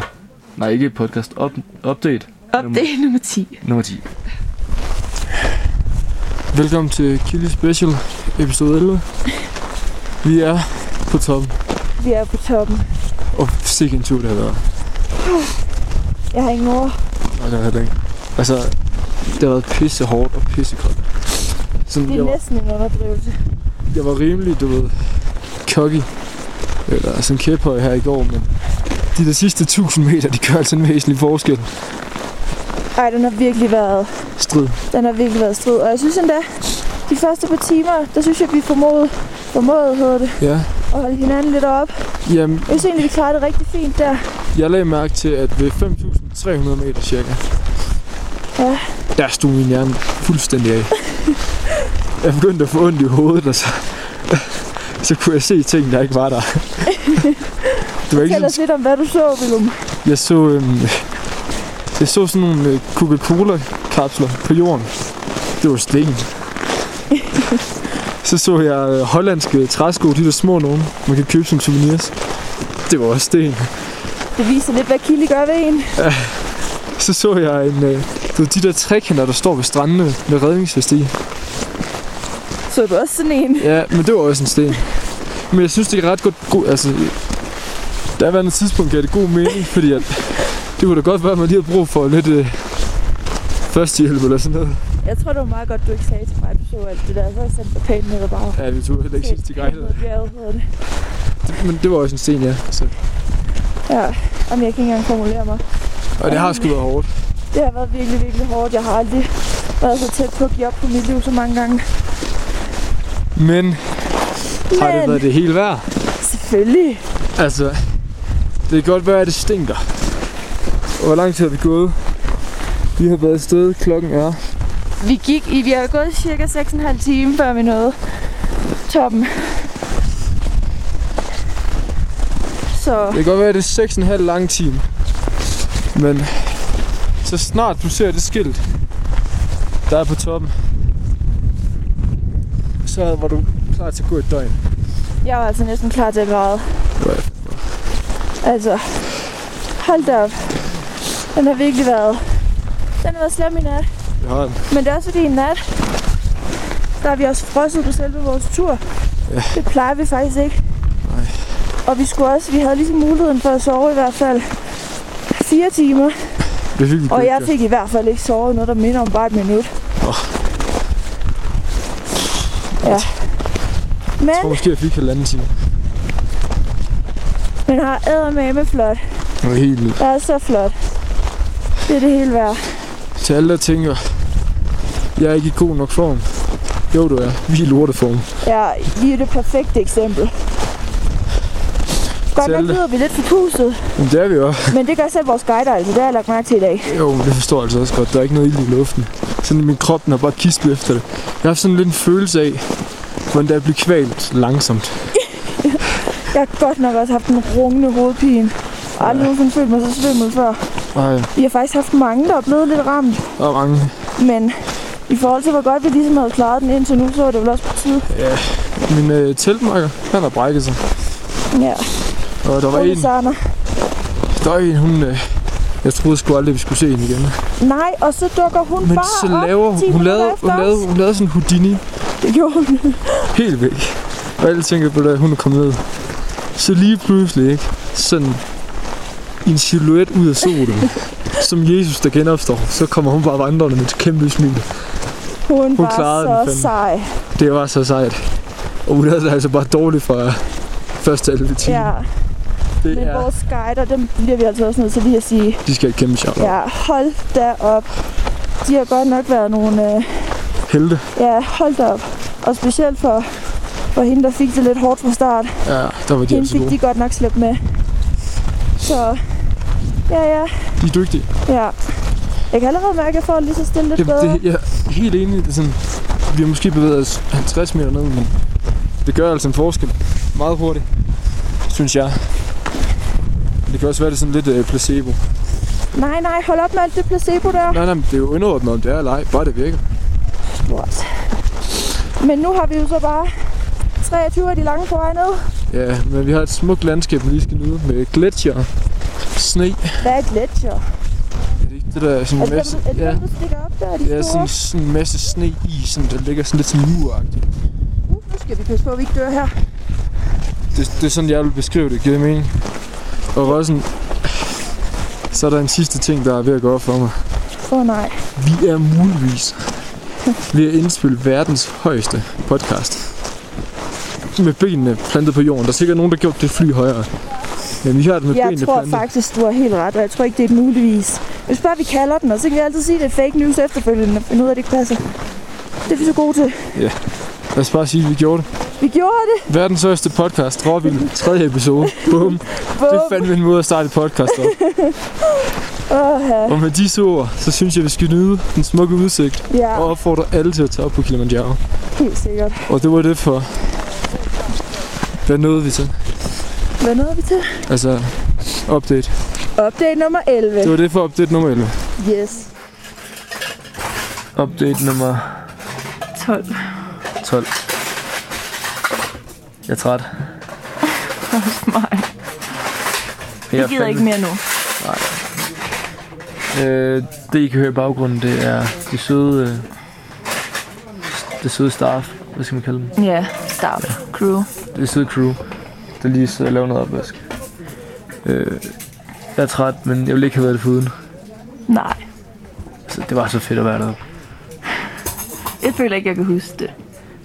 [SPEAKER 6] Nej, ikke podcast. Up, update
[SPEAKER 5] Update nummer 10.
[SPEAKER 6] nummer 10.
[SPEAKER 3] Velkommen til Killy Special, episode 11. Vi er på toppen,
[SPEAKER 5] Vi er på toppen.
[SPEAKER 3] og sikke en tur det har været.
[SPEAKER 5] Jeg har ingen ord.
[SPEAKER 3] Nej, det var heller ikke. Altså, det har været pisse hårdt og pisse koldt. Sådan, jeg, var,
[SPEAKER 5] næsten en underdrivelse.
[SPEAKER 3] jeg var rimelig, du ved, cocky. Eller sådan kæphøj her i går, men de der sidste 1000 meter, de gør altså en væsentlig forskel.
[SPEAKER 5] Ej, den har virkelig været,
[SPEAKER 3] Strid.
[SPEAKER 5] den har virkelig været strid. Og jeg synes endda, de første par timer, der synes jeg, vi formåede, formåede hedder det,
[SPEAKER 3] Ja,
[SPEAKER 4] og holde hinanden lidt op.
[SPEAKER 3] Jamen,
[SPEAKER 4] Jeg synes egentlig, vi klarede det rigtig fint der.
[SPEAKER 3] jeg lagde mærke til, at ved 5.300 meter cirka,
[SPEAKER 4] Ja.
[SPEAKER 3] der stod min hjerne fuldstændig af. jeg begyndte at få ondt i hovedet, og så, så kunne jeg se ting, der ikke var der. det var ikke
[SPEAKER 4] Fortæl
[SPEAKER 3] sådan,
[SPEAKER 4] os lidt om, hvad du så, Willum.
[SPEAKER 3] Jeg så, øhm, jeg så sådan nogle øh, Coca-Cola-kapsler på jorden. Det var sten. så så jeg øh, hollandske træsko, de der små nogen, man kan købe som souvenirs. Det var også sten.
[SPEAKER 4] Det viser lidt, hvad Kili gør ved en.
[SPEAKER 3] Så så jeg en, øh, du ved, de der trekanter, der står ved strandene med redningsvest i.
[SPEAKER 4] Så du også sådan en?
[SPEAKER 3] Ja, men det var også en sten. Men jeg synes, det er ret godt... God, altså, der var et tidspunkt, gav det god mening, fordi at, det kunne da godt være, at man lige havde brug for lidt øh, førstehjælp eller sådan noget.
[SPEAKER 4] Jeg tror, det var meget godt, du ikke sagde til mig, at du så alt det der. Så har jeg sendt dig pænt ned ad bare.
[SPEAKER 3] Ja, vi tog heller ikke sidst til grejlerne.
[SPEAKER 4] det.
[SPEAKER 3] Men det var også en sten, ja. Så.
[SPEAKER 4] Ja, Jamen, jeg kan ikke engang formulere mig.
[SPEAKER 3] Og det har sgu været hårdt.
[SPEAKER 4] Det har været virkelig, virkelig hårdt. Jeg har aldrig været så tæt på at give op på mit liv så mange gange.
[SPEAKER 3] Men har det
[SPEAKER 4] Men
[SPEAKER 3] været det hele værd?
[SPEAKER 4] selvfølgelig.
[SPEAKER 3] Altså, det kan godt være, at det stinker. Og hvor lang tid har vi gået? Vi har været afsted. Klokken er...
[SPEAKER 4] Vi gik i, vi har gået cirka 6,5 timer, før vi nåede toppen. Så
[SPEAKER 3] Det kan godt være, at det er 6,5 lang time. Men så snart du ser det skilt, der er på toppen, så var du klar til at gå et døgn.
[SPEAKER 4] jeg var altså næsten klar til at græde. Altså, hold da op. Den har virkelig været... Den har været slem i nat.
[SPEAKER 3] Det har den.
[SPEAKER 4] Men det er også fordi i nat, der har vi også frosset på selve vores tur. Ja. Det plejer vi faktisk ikke. Nej. Og vi skulle også, vi havde ligesom muligheden for at sove i hvert fald fire timer.
[SPEAKER 3] Det fik vi
[SPEAKER 4] Og
[SPEAKER 3] gjort,
[SPEAKER 4] jeg
[SPEAKER 3] ja.
[SPEAKER 4] fik i hvert fald ikke sovet noget, der minder om bare et minut.
[SPEAKER 3] Åh.
[SPEAKER 4] Ja.
[SPEAKER 3] Jeg tror
[SPEAKER 4] Men
[SPEAKER 3] måske, jeg fik halvanden time.
[SPEAKER 4] man har eddermame flot.
[SPEAKER 3] Det var helt vildt.
[SPEAKER 4] Det er så flot. Det er det hele værd.
[SPEAKER 3] Til alle, der tænker, jeg er ikke i god nok form. Jo, du er. Vi er i lorteform.
[SPEAKER 4] Ja, vi er det perfekte eksempel. Godt nok
[SPEAKER 3] Tælle.
[SPEAKER 4] lyder vi lidt forpustet,
[SPEAKER 3] Men det er vi jo.
[SPEAKER 4] men det gør selv vores guider altså. Det har jeg lagt mærke til i dag.
[SPEAKER 3] Jo, men det forstår jeg altså også godt. Der er ikke noget ild i luften. Sådan min krop, den har bare kistet efter det. Jeg har haft sådan lidt en følelse af, hvordan der bliver kvalt langsomt.
[SPEAKER 4] Jeg har godt nok også haft en rungende hovedpine. Og aldrig nogensinde følt mig så svimmel før.
[SPEAKER 3] Ej,
[SPEAKER 4] Vi har faktisk haft mange, der er blevet lidt ramt.
[SPEAKER 3] der er mange.
[SPEAKER 4] Men i forhold til, hvor godt vi ligesom havde klaret den indtil nu, så var det vel også på tide.
[SPEAKER 3] Min øh, teltmarker, han har brækket sig.
[SPEAKER 4] Ja,
[SPEAKER 3] Og der var
[SPEAKER 4] Ole
[SPEAKER 3] en,
[SPEAKER 4] Sarner.
[SPEAKER 3] der var en hun... Øh, jeg troede sgu aldrig, vi skulle se hende igen.
[SPEAKER 4] Nej, og så dukker hun
[SPEAKER 3] Men
[SPEAKER 4] bare
[SPEAKER 3] så
[SPEAKER 4] op
[SPEAKER 3] laver
[SPEAKER 4] 10
[SPEAKER 3] hun, hun
[SPEAKER 4] minutter
[SPEAKER 3] lavede,
[SPEAKER 4] efter
[SPEAKER 3] hun lavede,
[SPEAKER 4] os.
[SPEAKER 3] hun lavede sådan en Houdini
[SPEAKER 4] Det gjorde hun.
[SPEAKER 3] helt væk. Og alle tænker på, at hun er kommet ned. Så lige pludselig, ikke? Sådan en silhuet ud af solen. som Jesus, der genopstår. Så kommer hun bare vandrende med et kæmpe smil.
[SPEAKER 4] Hun, hun var
[SPEAKER 3] klarede den
[SPEAKER 4] så
[SPEAKER 3] fandme.
[SPEAKER 4] sej.
[SPEAKER 3] Det var så sejt. Og hun havde det altså bare dårligt fra første halve time.
[SPEAKER 4] Ja,
[SPEAKER 3] det
[SPEAKER 4] men
[SPEAKER 3] er,
[SPEAKER 4] vores guider, dem bliver vi altså også nødt til lige at sige,
[SPEAKER 3] de skal have et kæmpe shout ja.
[SPEAKER 4] ja, hold da op. De har godt nok været nogle, øh,
[SPEAKER 3] Helte.
[SPEAKER 4] ja, hold da op. Og specielt for, for hende, der fik det lidt hårdt fra start.
[SPEAKER 3] Ja, der var de
[SPEAKER 4] Hende
[SPEAKER 3] altså
[SPEAKER 4] fik
[SPEAKER 3] gode.
[SPEAKER 4] de godt nok slæbt med. Så, ja, ja,
[SPEAKER 3] De er dygtige.
[SPEAKER 4] ja. Jeg kan allerede mærke, at jeg får det lige så stille lidt
[SPEAKER 3] Det,
[SPEAKER 4] bedre.
[SPEAKER 3] det, jeg er helt enig. Det er sådan, vi har måske bevæget os 50 meter ned, men det gør altså en forskel. Meget hurtigt, synes jeg. Det kan også være, det er sådan lidt øh, placebo.
[SPEAKER 4] Nej, nej, hold op med alt det placebo der.
[SPEAKER 3] Nej, nej, men det er jo underordnet, om det er eller ej. Bare det virker.
[SPEAKER 4] Lort. Men nu har vi jo så bare 23 af de lange på vej ned.
[SPEAKER 3] Ja, men vi har et smukt landskab, vi lige skal nyde med gletsjer, sne.
[SPEAKER 4] Hvad er et gletsjer?
[SPEAKER 3] Er det ikke det, der er sådan
[SPEAKER 4] Er
[SPEAKER 3] en
[SPEAKER 4] det
[SPEAKER 3] masse...
[SPEAKER 4] dem, er det
[SPEAKER 3] ja.
[SPEAKER 4] dem, der stikker op der? Er de
[SPEAKER 3] Ja,
[SPEAKER 4] store?
[SPEAKER 3] sådan, sådan en masse sne i, sådan, der ligger sådan lidt sådan muragtigt.
[SPEAKER 4] Uh, nu skal vi passe på, at vi ikke dør her.
[SPEAKER 3] Det, det er sådan, jeg vil beskrive det, giver det mening. Og Rossen, så er der en sidste ting, der er ved at gå op for mig.
[SPEAKER 4] Åh oh, nej.
[SPEAKER 3] Vi er muligvis ved at indspille verdens højeste podcast. Med benene plantet på jorden. Der er sikkert nogen, der har gjort det fly højere. Men vi har det med
[SPEAKER 4] Jeg
[SPEAKER 3] benene
[SPEAKER 4] tror
[SPEAKER 3] plantet.
[SPEAKER 4] faktisk, du har helt ret, og jeg tror ikke, det er et muligvis. Hvis bare vi kalder den, og så kan vi altid sige, at det er fake news efterfølgende, og finde ud af, at det ikke passer. Det er vi så gode til.
[SPEAKER 3] Lad os bare sige, at vi gjorde det.
[SPEAKER 7] Vi
[SPEAKER 4] Vi
[SPEAKER 7] gjorde det.
[SPEAKER 8] Verdens største podcast, Råvild, tredje episode. Boom. Det er
[SPEAKER 7] Bum.
[SPEAKER 8] fandme en måde at starte et podcast op.
[SPEAKER 7] Åh, ja.
[SPEAKER 8] Og med disse ord, så synes jeg, vi skal nyde den smukke udsigt
[SPEAKER 7] ja,
[SPEAKER 8] og opfordre alle til at tage op på Kilimanjaro.
[SPEAKER 7] helt sikkert.
[SPEAKER 8] Og det var det for... Hvad nåede vi til?
[SPEAKER 7] Hvad nåede vi til?
[SPEAKER 8] Altså, update.
[SPEAKER 7] Update nummer 11.
[SPEAKER 8] Det var det for update nummer 11.
[SPEAKER 7] Yes.
[SPEAKER 6] Update nummer
[SPEAKER 5] 12.
[SPEAKER 6] 12. Jeg er træt.
[SPEAKER 5] Nej,
[SPEAKER 6] Jeg
[SPEAKER 5] jeg
[SPEAKER 6] er
[SPEAKER 5] gider
[SPEAKER 6] fandme-
[SPEAKER 5] ikke mere nu.
[SPEAKER 6] Øh, det I kan høre i baggrunden, det er det søde, øh, det søde staff, hvad skal man kalde dem?
[SPEAKER 5] Ja, stop. Crew.
[SPEAKER 6] Det søde crew, der lige sidder og laver noget opvask. Øh, jeg er træt, men jeg ville ikke have været det foruden.
[SPEAKER 5] Nej,
[SPEAKER 6] Altså, det var så fedt at være deroppe.
[SPEAKER 5] jeg føler ikke, jeg kan huske det.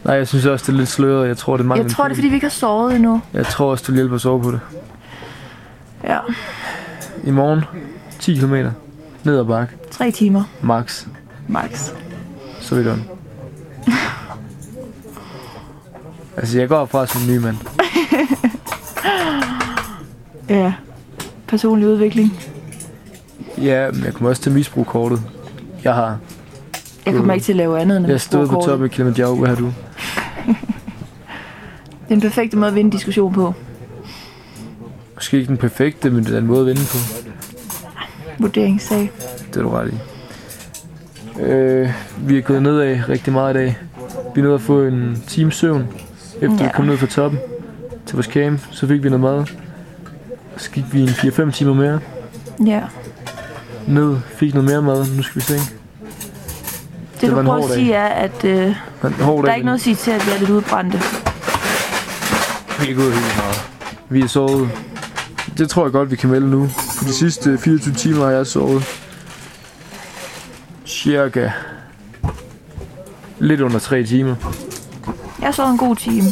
[SPEAKER 6] Nej, jeg synes også, det er lidt sløret. Jeg tror, det er mange.
[SPEAKER 5] Jeg tror, det er, fordi vi ikke har sovet endnu.
[SPEAKER 6] Jeg tror også, du vil hjælpe at sove på det.
[SPEAKER 5] Ja,
[SPEAKER 6] I morgen, 10 km. Ned ad bakke.
[SPEAKER 5] tre timer
[SPEAKER 6] Max.
[SPEAKER 5] max.
[SPEAKER 6] Så er vi done. altså, jeg går fra som en ny mand.
[SPEAKER 5] Ja, personlig udvikling.
[SPEAKER 6] Ja, men jeg kommer også til at misbruge kortet. Jeg har.
[SPEAKER 5] Jeg kommer ikke til at lave andet end at
[SPEAKER 6] Jeg stod på
[SPEAKER 5] bruge
[SPEAKER 6] toppen af Kilimanjaro. Hvad har du?
[SPEAKER 5] kortet. Det er den perfekte måde at vinde en diskussion på.
[SPEAKER 6] Måske ikke den perfekte, men det er en måde at vinde på.
[SPEAKER 5] Vurderingssag.
[SPEAKER 6] Det er du ret i. Øh, vi er gået nedad rigtig meget i dag. Vi nåede at få en times søvn, efter ja. vi
[SPEAKER 5] Ja.
[SPEAKER 6] kom ned fra toppen til vores camp. Så fik vi noget mad. Så gik vi en 4-5 timer mere.
[SPEAKER 5] Ja,
[SPEAKER 6] Ned, fik noget mere mad. Nu skal vi se.
[SPEAKER 5] det,
[SPEAKER 6] Det
[SPEAKER 5] det du
[SPEAKER 6] var en
[SPEAKER 5] prøver
[SPEAKER 6] hård
[SPEAKER 5] at
[SPEAKER 6] dag.
[SPEAKER 5] sige er, at øh,
[SPEAKER 6] Hård
[SPEAKER 5] der er
[SPEAKER 6] dag,
[SPEAKER 5] ikke noget at sige til, at vi er lidt udbrændte.
[SPEAKER 6] Vi er gået helt meget. Vi er sovet. Det tror jeg godt, vi kan melde nu. For de sidste 24 timer har jeg sovet. Cirka. Lidt under 3 timer.
[SPEAKER 5] Jeg sov en god time.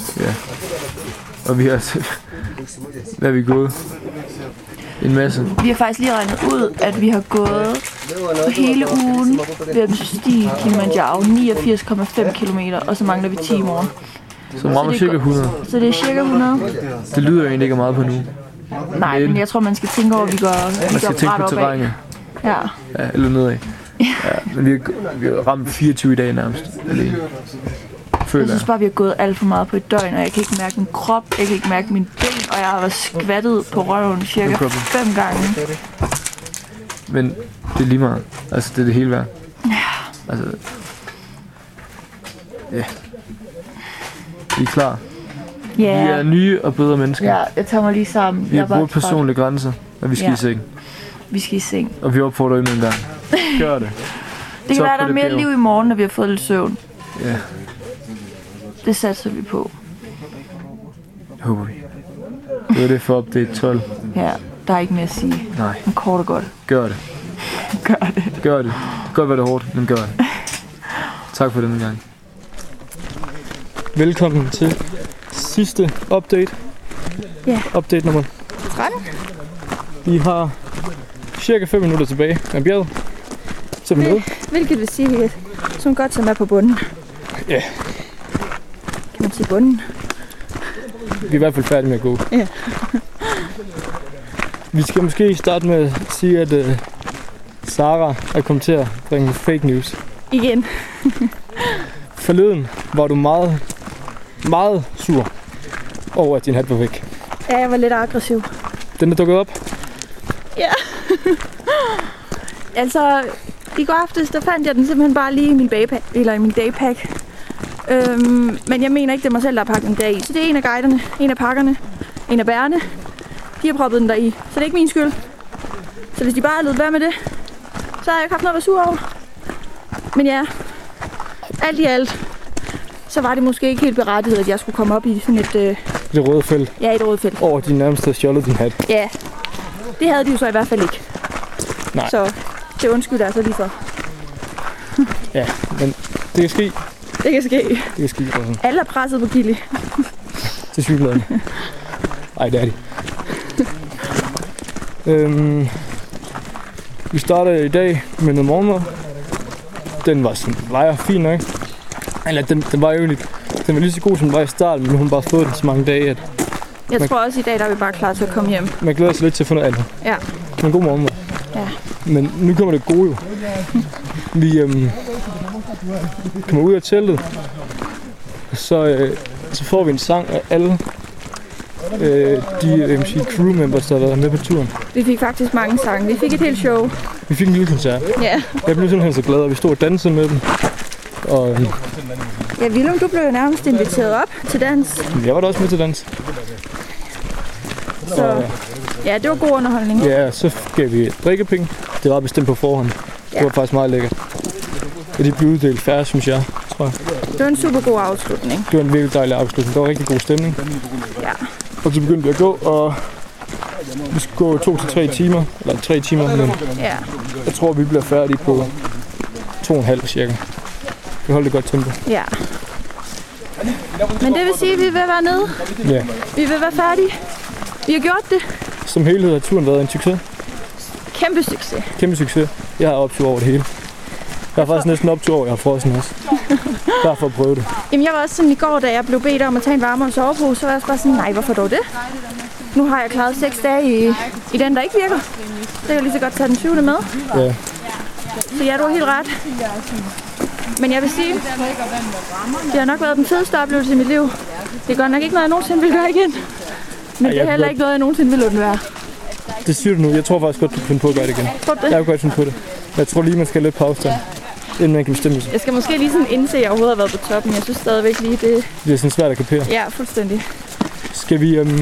[SPEAKER 6] Og vi har... Hvad er vi gået? En masse.
[SPEAKER 5] Vi har faktisk lige regnet ud, at vi har gået på hele ugen ved at bestige Kilimanjaro 89,5 km, og så mangler vi 10 i morgen.
[SPEAKER 6] Som rammer
[SPEAKER 5] det
[SPEAKER 6] cirka
[SPEAKER 5] går-
[SPEAKER 6] 100.
[SPEAKER 5] Så det er cirka 100.
[SPEAKER 6] Det lyder egentlig ikke af meget på nu.
[SPEAKER 5] Nej, men jeg tror, man skal tænke over, at vi går,
[SPEAKER 6] Man
[SPEAKER 5] vi
[SPEAKER 6] skal
[SPEAKER 5] går
[SPEAKER 6] tænke
[SPEAKER 5] ret
[SPEAKER 6] på
[SPEAKER 5] opad.
[SPEAKER 6] terrænet.
[SPEAKER 5] Ja.
[SPEAKER 6] Ja, eller nedad. Ja, men vi har, vi har ramt 24 i dag nærmest. Alene.
[SPEAKER 5] Jeg
[SPEAKER 6] Føler jeg.
[SPEAKER 5] synes bare, vi har gået alt for meget på et døgn, og jeg kan ikke mærke min krop, jeg kan ikke mærke min ben, og jeg har været skvattet på røven cirka
[SPEAKER 6] No problem.
[SPEAKER 5] fem gange.
[SPEAKER 6] Men det er lige meget. Altså, det er det hele værd. Ja. Altså... Ja. Vi er klar.
[SPEAKER 5] Ja,
[SPEAKER 6] Vi er nye og bedre mennesker.
[SPEAKER 5] ja jeg tager mig lige sammen.
[SPEAKER 6] Vi
[SPEAKER 5] jeg
[SPEAKER 6] har
[SPEAKER 5] er bare
[SPEAKER 6] brugt
[SPEAKER 5] træt.
[SPEAKER 6] personlige grænser, og vi skal
[SPEAKER 5] Ja.
[SPEAKER 6] i seng.
[SPEAKER 5] Vi skal i seng.
[SPEAKER 6] Og vi opfordrer endnu en gang. Gør det.
[SPEAKER 5] Det kan
[SPEAKER 6] Så
[SPEAKER 5] være,
[SPEAKER 6] på
[SPEAKER 5] der er
[SPEAKER 6] det
[SPEAKER 5] mere
[SPEAKER 6] bjerg.
[SPEAKER 5] liv i morgen, når vi har fået lidt søvn.
[SPEAKER 6] Ja.
[SPEAKER 5] Det satser vi på.
[SPEAKER 6] Det håber vi. Det var det for update 12.
[SPEAKER 5] Ja, der er ikke mere at sige.
[SPEAKER 6] Mm. Nej,
[SPEAKER 5] Men kort og godt.
[SPEAKER 6] gør det.
[SPEAKER 5] Gør det.
[SPEAKER 6] Gør det. Det kan godt være det er hårdt, men gør det. Tak for denne gang.
[SPEAKER 3] Velkommen til sidste update.
[SPEAKER 4] Ja.
[SPEAKER 3] Update nummer
[SPEAKER 4] 13.
[SPEAKER 3] Vi har cirka 5 minutter tilbage af bjerget. Så er vi nede.
[SPEAKER 4] Hvilket vil sige, at som godt som er på bunden.
[SPEAKER 3] Ja.
[SPEAKER 4] Kan man sige bunden?
[SPEAKER 3] Vi er i hvert fald færdige med at gå.
[SPEAKER 4] Ja.
[SPEAKER 3] vi skal måske starte med at sige, at uh, Sara er kommet til at bringe fake news.
[SPEAKER 4] Igen.
[SPEAKER 3] Forleden var du meget, meget sur over, at din hat var væk.
[SPEAKER 4] Ja, jeg var lidt aggressiv.
[SPEAKER 3] Den er dukket op.
[SPEAKER 4] Altså, i går aftes, der fandt jeg den simpelthen bare lige i min bagpack, eller i min daypack. Øhm, men jeg mener ikke, det er mig selv, der har pakket den deri. Så det er en af guiderne, en af pakkerne, en af bærerne. De har proppet den deri, så det er ikke min skyld. Så hvis de bare havde løbet være med det, så havde jeg ikke haft noget at være sur over. Men ja, alt i alt, så var det måske ikke helt berettiget, at jeg skulle komme op i sådan et, øh,
[SPEAKER 3] Det røde felt
[SPEAKER 4] ja, et rødt felt.
[SPEAKER 3] over, at de nærmest havde stjålet din hat.
[SPEAKER 4] Ja, det havde de jo så i hvert fald ikke.
[SPEAKER 3] Nej.
[SPEAKER 4] Så det undskylder jeg så lige for.
[SPEAKER 3] Det kan ske.
[SPEAKER 4] Det kan ske.
[SPEAKER 3] Det kan ske. Rosen.
[SPEAKER 4] Alle er presset på Gilly.
[SPEAKER 3] Til synligheden. Ej, det er de. øhm, vi starter i dag med noget morgenmad. Den var sådan lejer fint nok. Eller den, den var jo lidt Den var lige så god, som den var i starten, men nu har hun bare fået den så mange dage, at
[SPEAKER 4] Jeg
[SPEAKER 3] Men-
[SPEAKER 4] tror også i dag, der er vi bare klar til at komme hjem.
[SPEAKER 3] man glæder sig lidt til at få noget andet.
[SPEAKER 4] Ja.
[SPEAKER 3] Men god morgen, mor.
[SPEAKER 4] Ja.
[SPEAKER 3] Men nu kommer det gode jo. Vi øhm, kommer ud af teltet, og så, øh, så får vi en sang af alle øh, de øh, sige, crew members, der har været med på turen.
[SPEAKER 4] Vi fik faktisk mange sange. Vi fik et helt show.
[SPEAKER 3] Vi fik en lille koncert.
[SPEAKER 4] Ja.
[SPEAKER 3] Jeg blev simpelthen så glad, og vi stod og dansede med dem. Og øhm,
[SPEAKER 4] Ja, Willem, du blev jo nærmest inviteret op til dans.
[SPEAKER 3] jeg var da også med til dans.
[SPEAKER 4] Så ja, det var god underholdning.
[SPEAKER 3] Ja, så gav vi drikkepenge. Det var bestemt på forhånd. Det var faktisk meget lækkert. Og de blev uddelt færre, synes jeg.
[SPEAKER 4] Det var en super god afslutning.
[SPEAKER 3] Det var en virkelig dejlig afslutning. Der var rigtig god stemning.
[SPEAKER 4] Ja.
[SPEAKER 3] Og så begyndte vi at gå, og vi skulle gå to til tre timer. Eller tre timer, men
[SPEAKER 4] Ja.
[SPEAKER 3] jeg tror, vi bliver færdige på to og en halv cirka. Vi holdt et godt tempo.
[SPEAKER 4] Ja. Men det vil sige, at vi vil være nede.
[SPEAKER 3] Ja.
[SPEAKER 4] Vi vil være færdige. Vi har gjort det.
[SPEAKER 3] Som helhed har turen været en succes.
[SPEAKER 4] Kæmpe succes.
[SPEAKER 3] Kæmpe succes. Jeg har optur over det hele. Jeg har faktisk næsten optur over, at jeg har frossen også. Bare for at prøve det.
[SPEAKER 4] Jamen jeg var også sådan i går, da jeg blev bedt om at tage en varmere sovepose, så var jeg også bare sådan, nej, hvorfor dog det? Nu har jeg klaret 6 dage i, i den, der ikke virker. Så kan jeg lige så godt tage den 20. med.
[SPEAKER 3] Ja.
[SPEAKER 4] Så ja, du har helt ret. Men jeg vil sige, det har nok været den fedeste oplevelse i mit liv. Det er godt nok ikke noget, jeg nogensinde vil gøre igen. Men
[SPEAKER 3] Ej,
[SPEAKER 4] det
[SPEAKER 3] jeg
[SPEAKER 4] er heller
[SPEAKER 3] kunne-
[SPEAKER 4] ikke noget, jeg nogensinde vil undvære.
[SPEAKER 3] Det siger du nu. Jeg tror faktisk godt, du kan finde på at gøre det igen.
[SPEAKER 4] Tror du det?
[SPEAKER 3] Jeg kunne godt finde på det. Men Jeg tror lige, man skal lidt på afstand, inden man kan bestemme sig.
[SPEAKER 4] Jeg skal måske lige sådan indse, at jeg overhovedet har været på toppen. Jeg synes stadigvæk lige, det
[SPEAKER 3] Det er sådan svært at kapere.
[SPEAKER 4] ja, fuldstændig.
[SPEAKER 3] Skal vi... Øhm,
[SPEAKER 4] Skal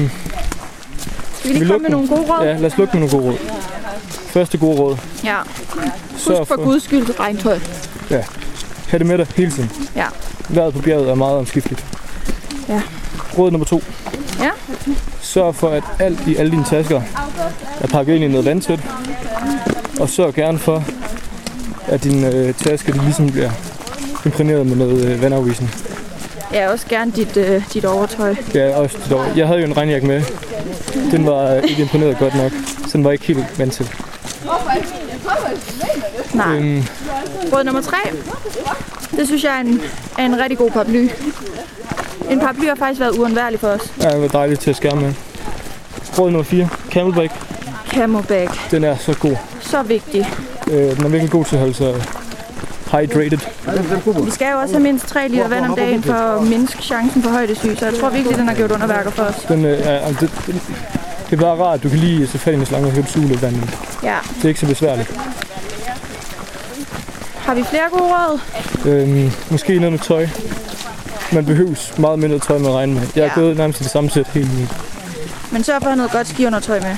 [SPEAKER 4] vi lige
[SPEAKER 3] Vi
[SPEAKER 4] komme med nogle
[SPEAKER 3] lukker
[SPEAKER 4] gode råd?
[SPEAKER 3] ja, lad os lukke med nogle gode råd. Første gode råd.
[SPEAKER 4] ja.
[SPEAKER 3] Sørg
[SPEAKER 4] Husk
[SPEAKER 3] for,
[SPEAKER 4] for guds skyld regntøj.
[SPEAKER 3] have det med dig hele tiden.
[SPEAKER 4] Ja.
[SPEAKER 3] Vejret på bjerget er meget omskifteligt.
[SPEAKER 4] Ja.
[SPEAKER 3] Råd nummer to.
[SPEAKER 4] Ja.
[SPEAKER 3] Sørg for, at alt i alle dine tasker er pakket ind i noget vandtæt. Og sørg gerne for, at dine øh, tasker de ligesom bliver imprægneret med noget øh, vandafvisning.
[SPEAKER 4] Ja, også gerne dit, øh, dit overtøj.
[SPEAKER 3] Ja, også dog. Jeg havde jo en regnjakke med. Den var øh, ikke imponeret godt nok, så den var ikke helt vant til.
[SPEAKER 4] Nej.
[SPEAKER 3] Øhm,
[SPEAKER 4] Råd nummer tre. Det synes jeg er en, er en rigtig god paraply. En paraply har faktisk været uundværlig for os.
[SPEAKER 3] ja, det var dejligt til at skærme med. Råd nummer 4. Camelback.
[SPEAKER 4] Camelback.
[SPEAKER 3] Den er så god.
[SPEAKER 4] Så vigtig.
[SPEAKER 3] Øh, den er virkelig god til at holde sig hydrated.
[SPEAKER 4] Vi skal jo også have mindst 3 liter vand om dagen for at mindske chancen for højdesyge, så jeg tror virkelig, den har gjort underværker for os.
[SPEAKER 3] Den, øh, er, det, det- det er bare rart, du kan lige så fat i en slange og høre suge lidt vand. i.
[SPEAKER 4] Ja.
[SPEAKER 3] Det er ikke så besværligt.
[SPEAKER 4] Har vi flere gode råd?
[SPEAKER 3] Øhm, måske noget med tøj. Man behøves meget mindre tøj med regne med. Jeg har
[SPEAKER 4] Ja.
[SPEAKER 3] gået nærmest i det samme sæt hele min.
[SPEAKER 4] Men sørg for at have noget godt skiundertøj med.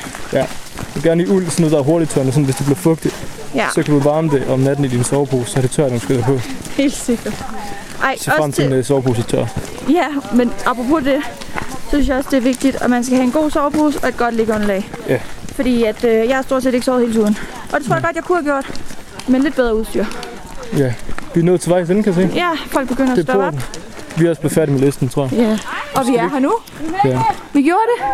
[SPEAKER 3] Du gerne i uld, sådan noget, der er hurtigt tørrende, sådan hvis det bliver fugtigt.
[SPEAKER 4] Ja,
[SPEAKER 3] Så kan du varme det om natten i din sovepose, så er det tørt, når du skyder på.
[SPEAKER 4] helt sikkert. Ej,
[SPEAKER 3] Så frem
[SPEAKER 4] også
[SPEAKER 3] til
[SPEAKER 4] til,
[SPEAKER 3] din øh, sovepose er tør.
[SPEAKER 4] ja, men apropos det, så synes jeg også, det er vigtigt, at man skal have en god sovepose og et godt liggeunderlag.
[SPEAKER 3] Ja.
[SPEAKER 4] Fordi at, øh, jeg har stort set ikke sovet hele turen. Og det tror jeg godt, jeg kunne have gjort, men lidt bedre udstyr.
[SPEAKER 3] Ja. Vi er nået til vejs ende, kan jeg se.
[SPEAKER 4] Ja, folk begynder
[SPEAKER 3] Det
[SPEAKER 4] at
[SPEAKER 3] er
[SPEAKER 4] stoppe op.
[SPEAKER 3] porten. Vi er også blevet færdige med listen, tror jeg.
[SPEAKER 4] Ja. Og vi er her nu.
[SPEAKER 3] Ja.
[SPEAKER 4] Vi gjorde det.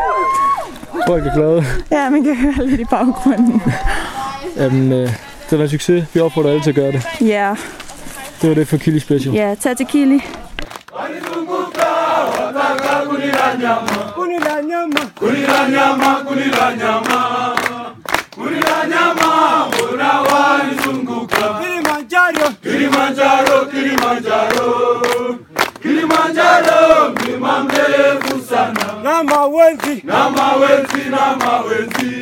[SPEAKER 3] Folk er glade.
[SPEAKER 4] Ja, man kan høre lidt i baggrunden.
[SPEAKER 3] Jamen, øh, det var en succes. Vi opfordrer alle til at gøre det.
[SPEAKER 4] Ja,
[SPEAKER 3] Det var det for Kili Special.
[SPEAKER 4] ja tag til
[SPEAKER 1] Kulila
[SPEAKER 4] Kili.
[SPEAKER 1] nyama.
[SPEAKER 2] Kulila nyama, kulila nyama. Kulila nyama, mbona wanizunguka?
[SPEAKER 1] Kilimanjaro.
[SPEAKER 2] Kilimanjaro, Kilimanjaro. Kilimanjaro, mlima mrefu sana.
[SPEAKER 1] Nyama wenzi.
[SPEAKER 2] Na mawenzi, na mawenzi.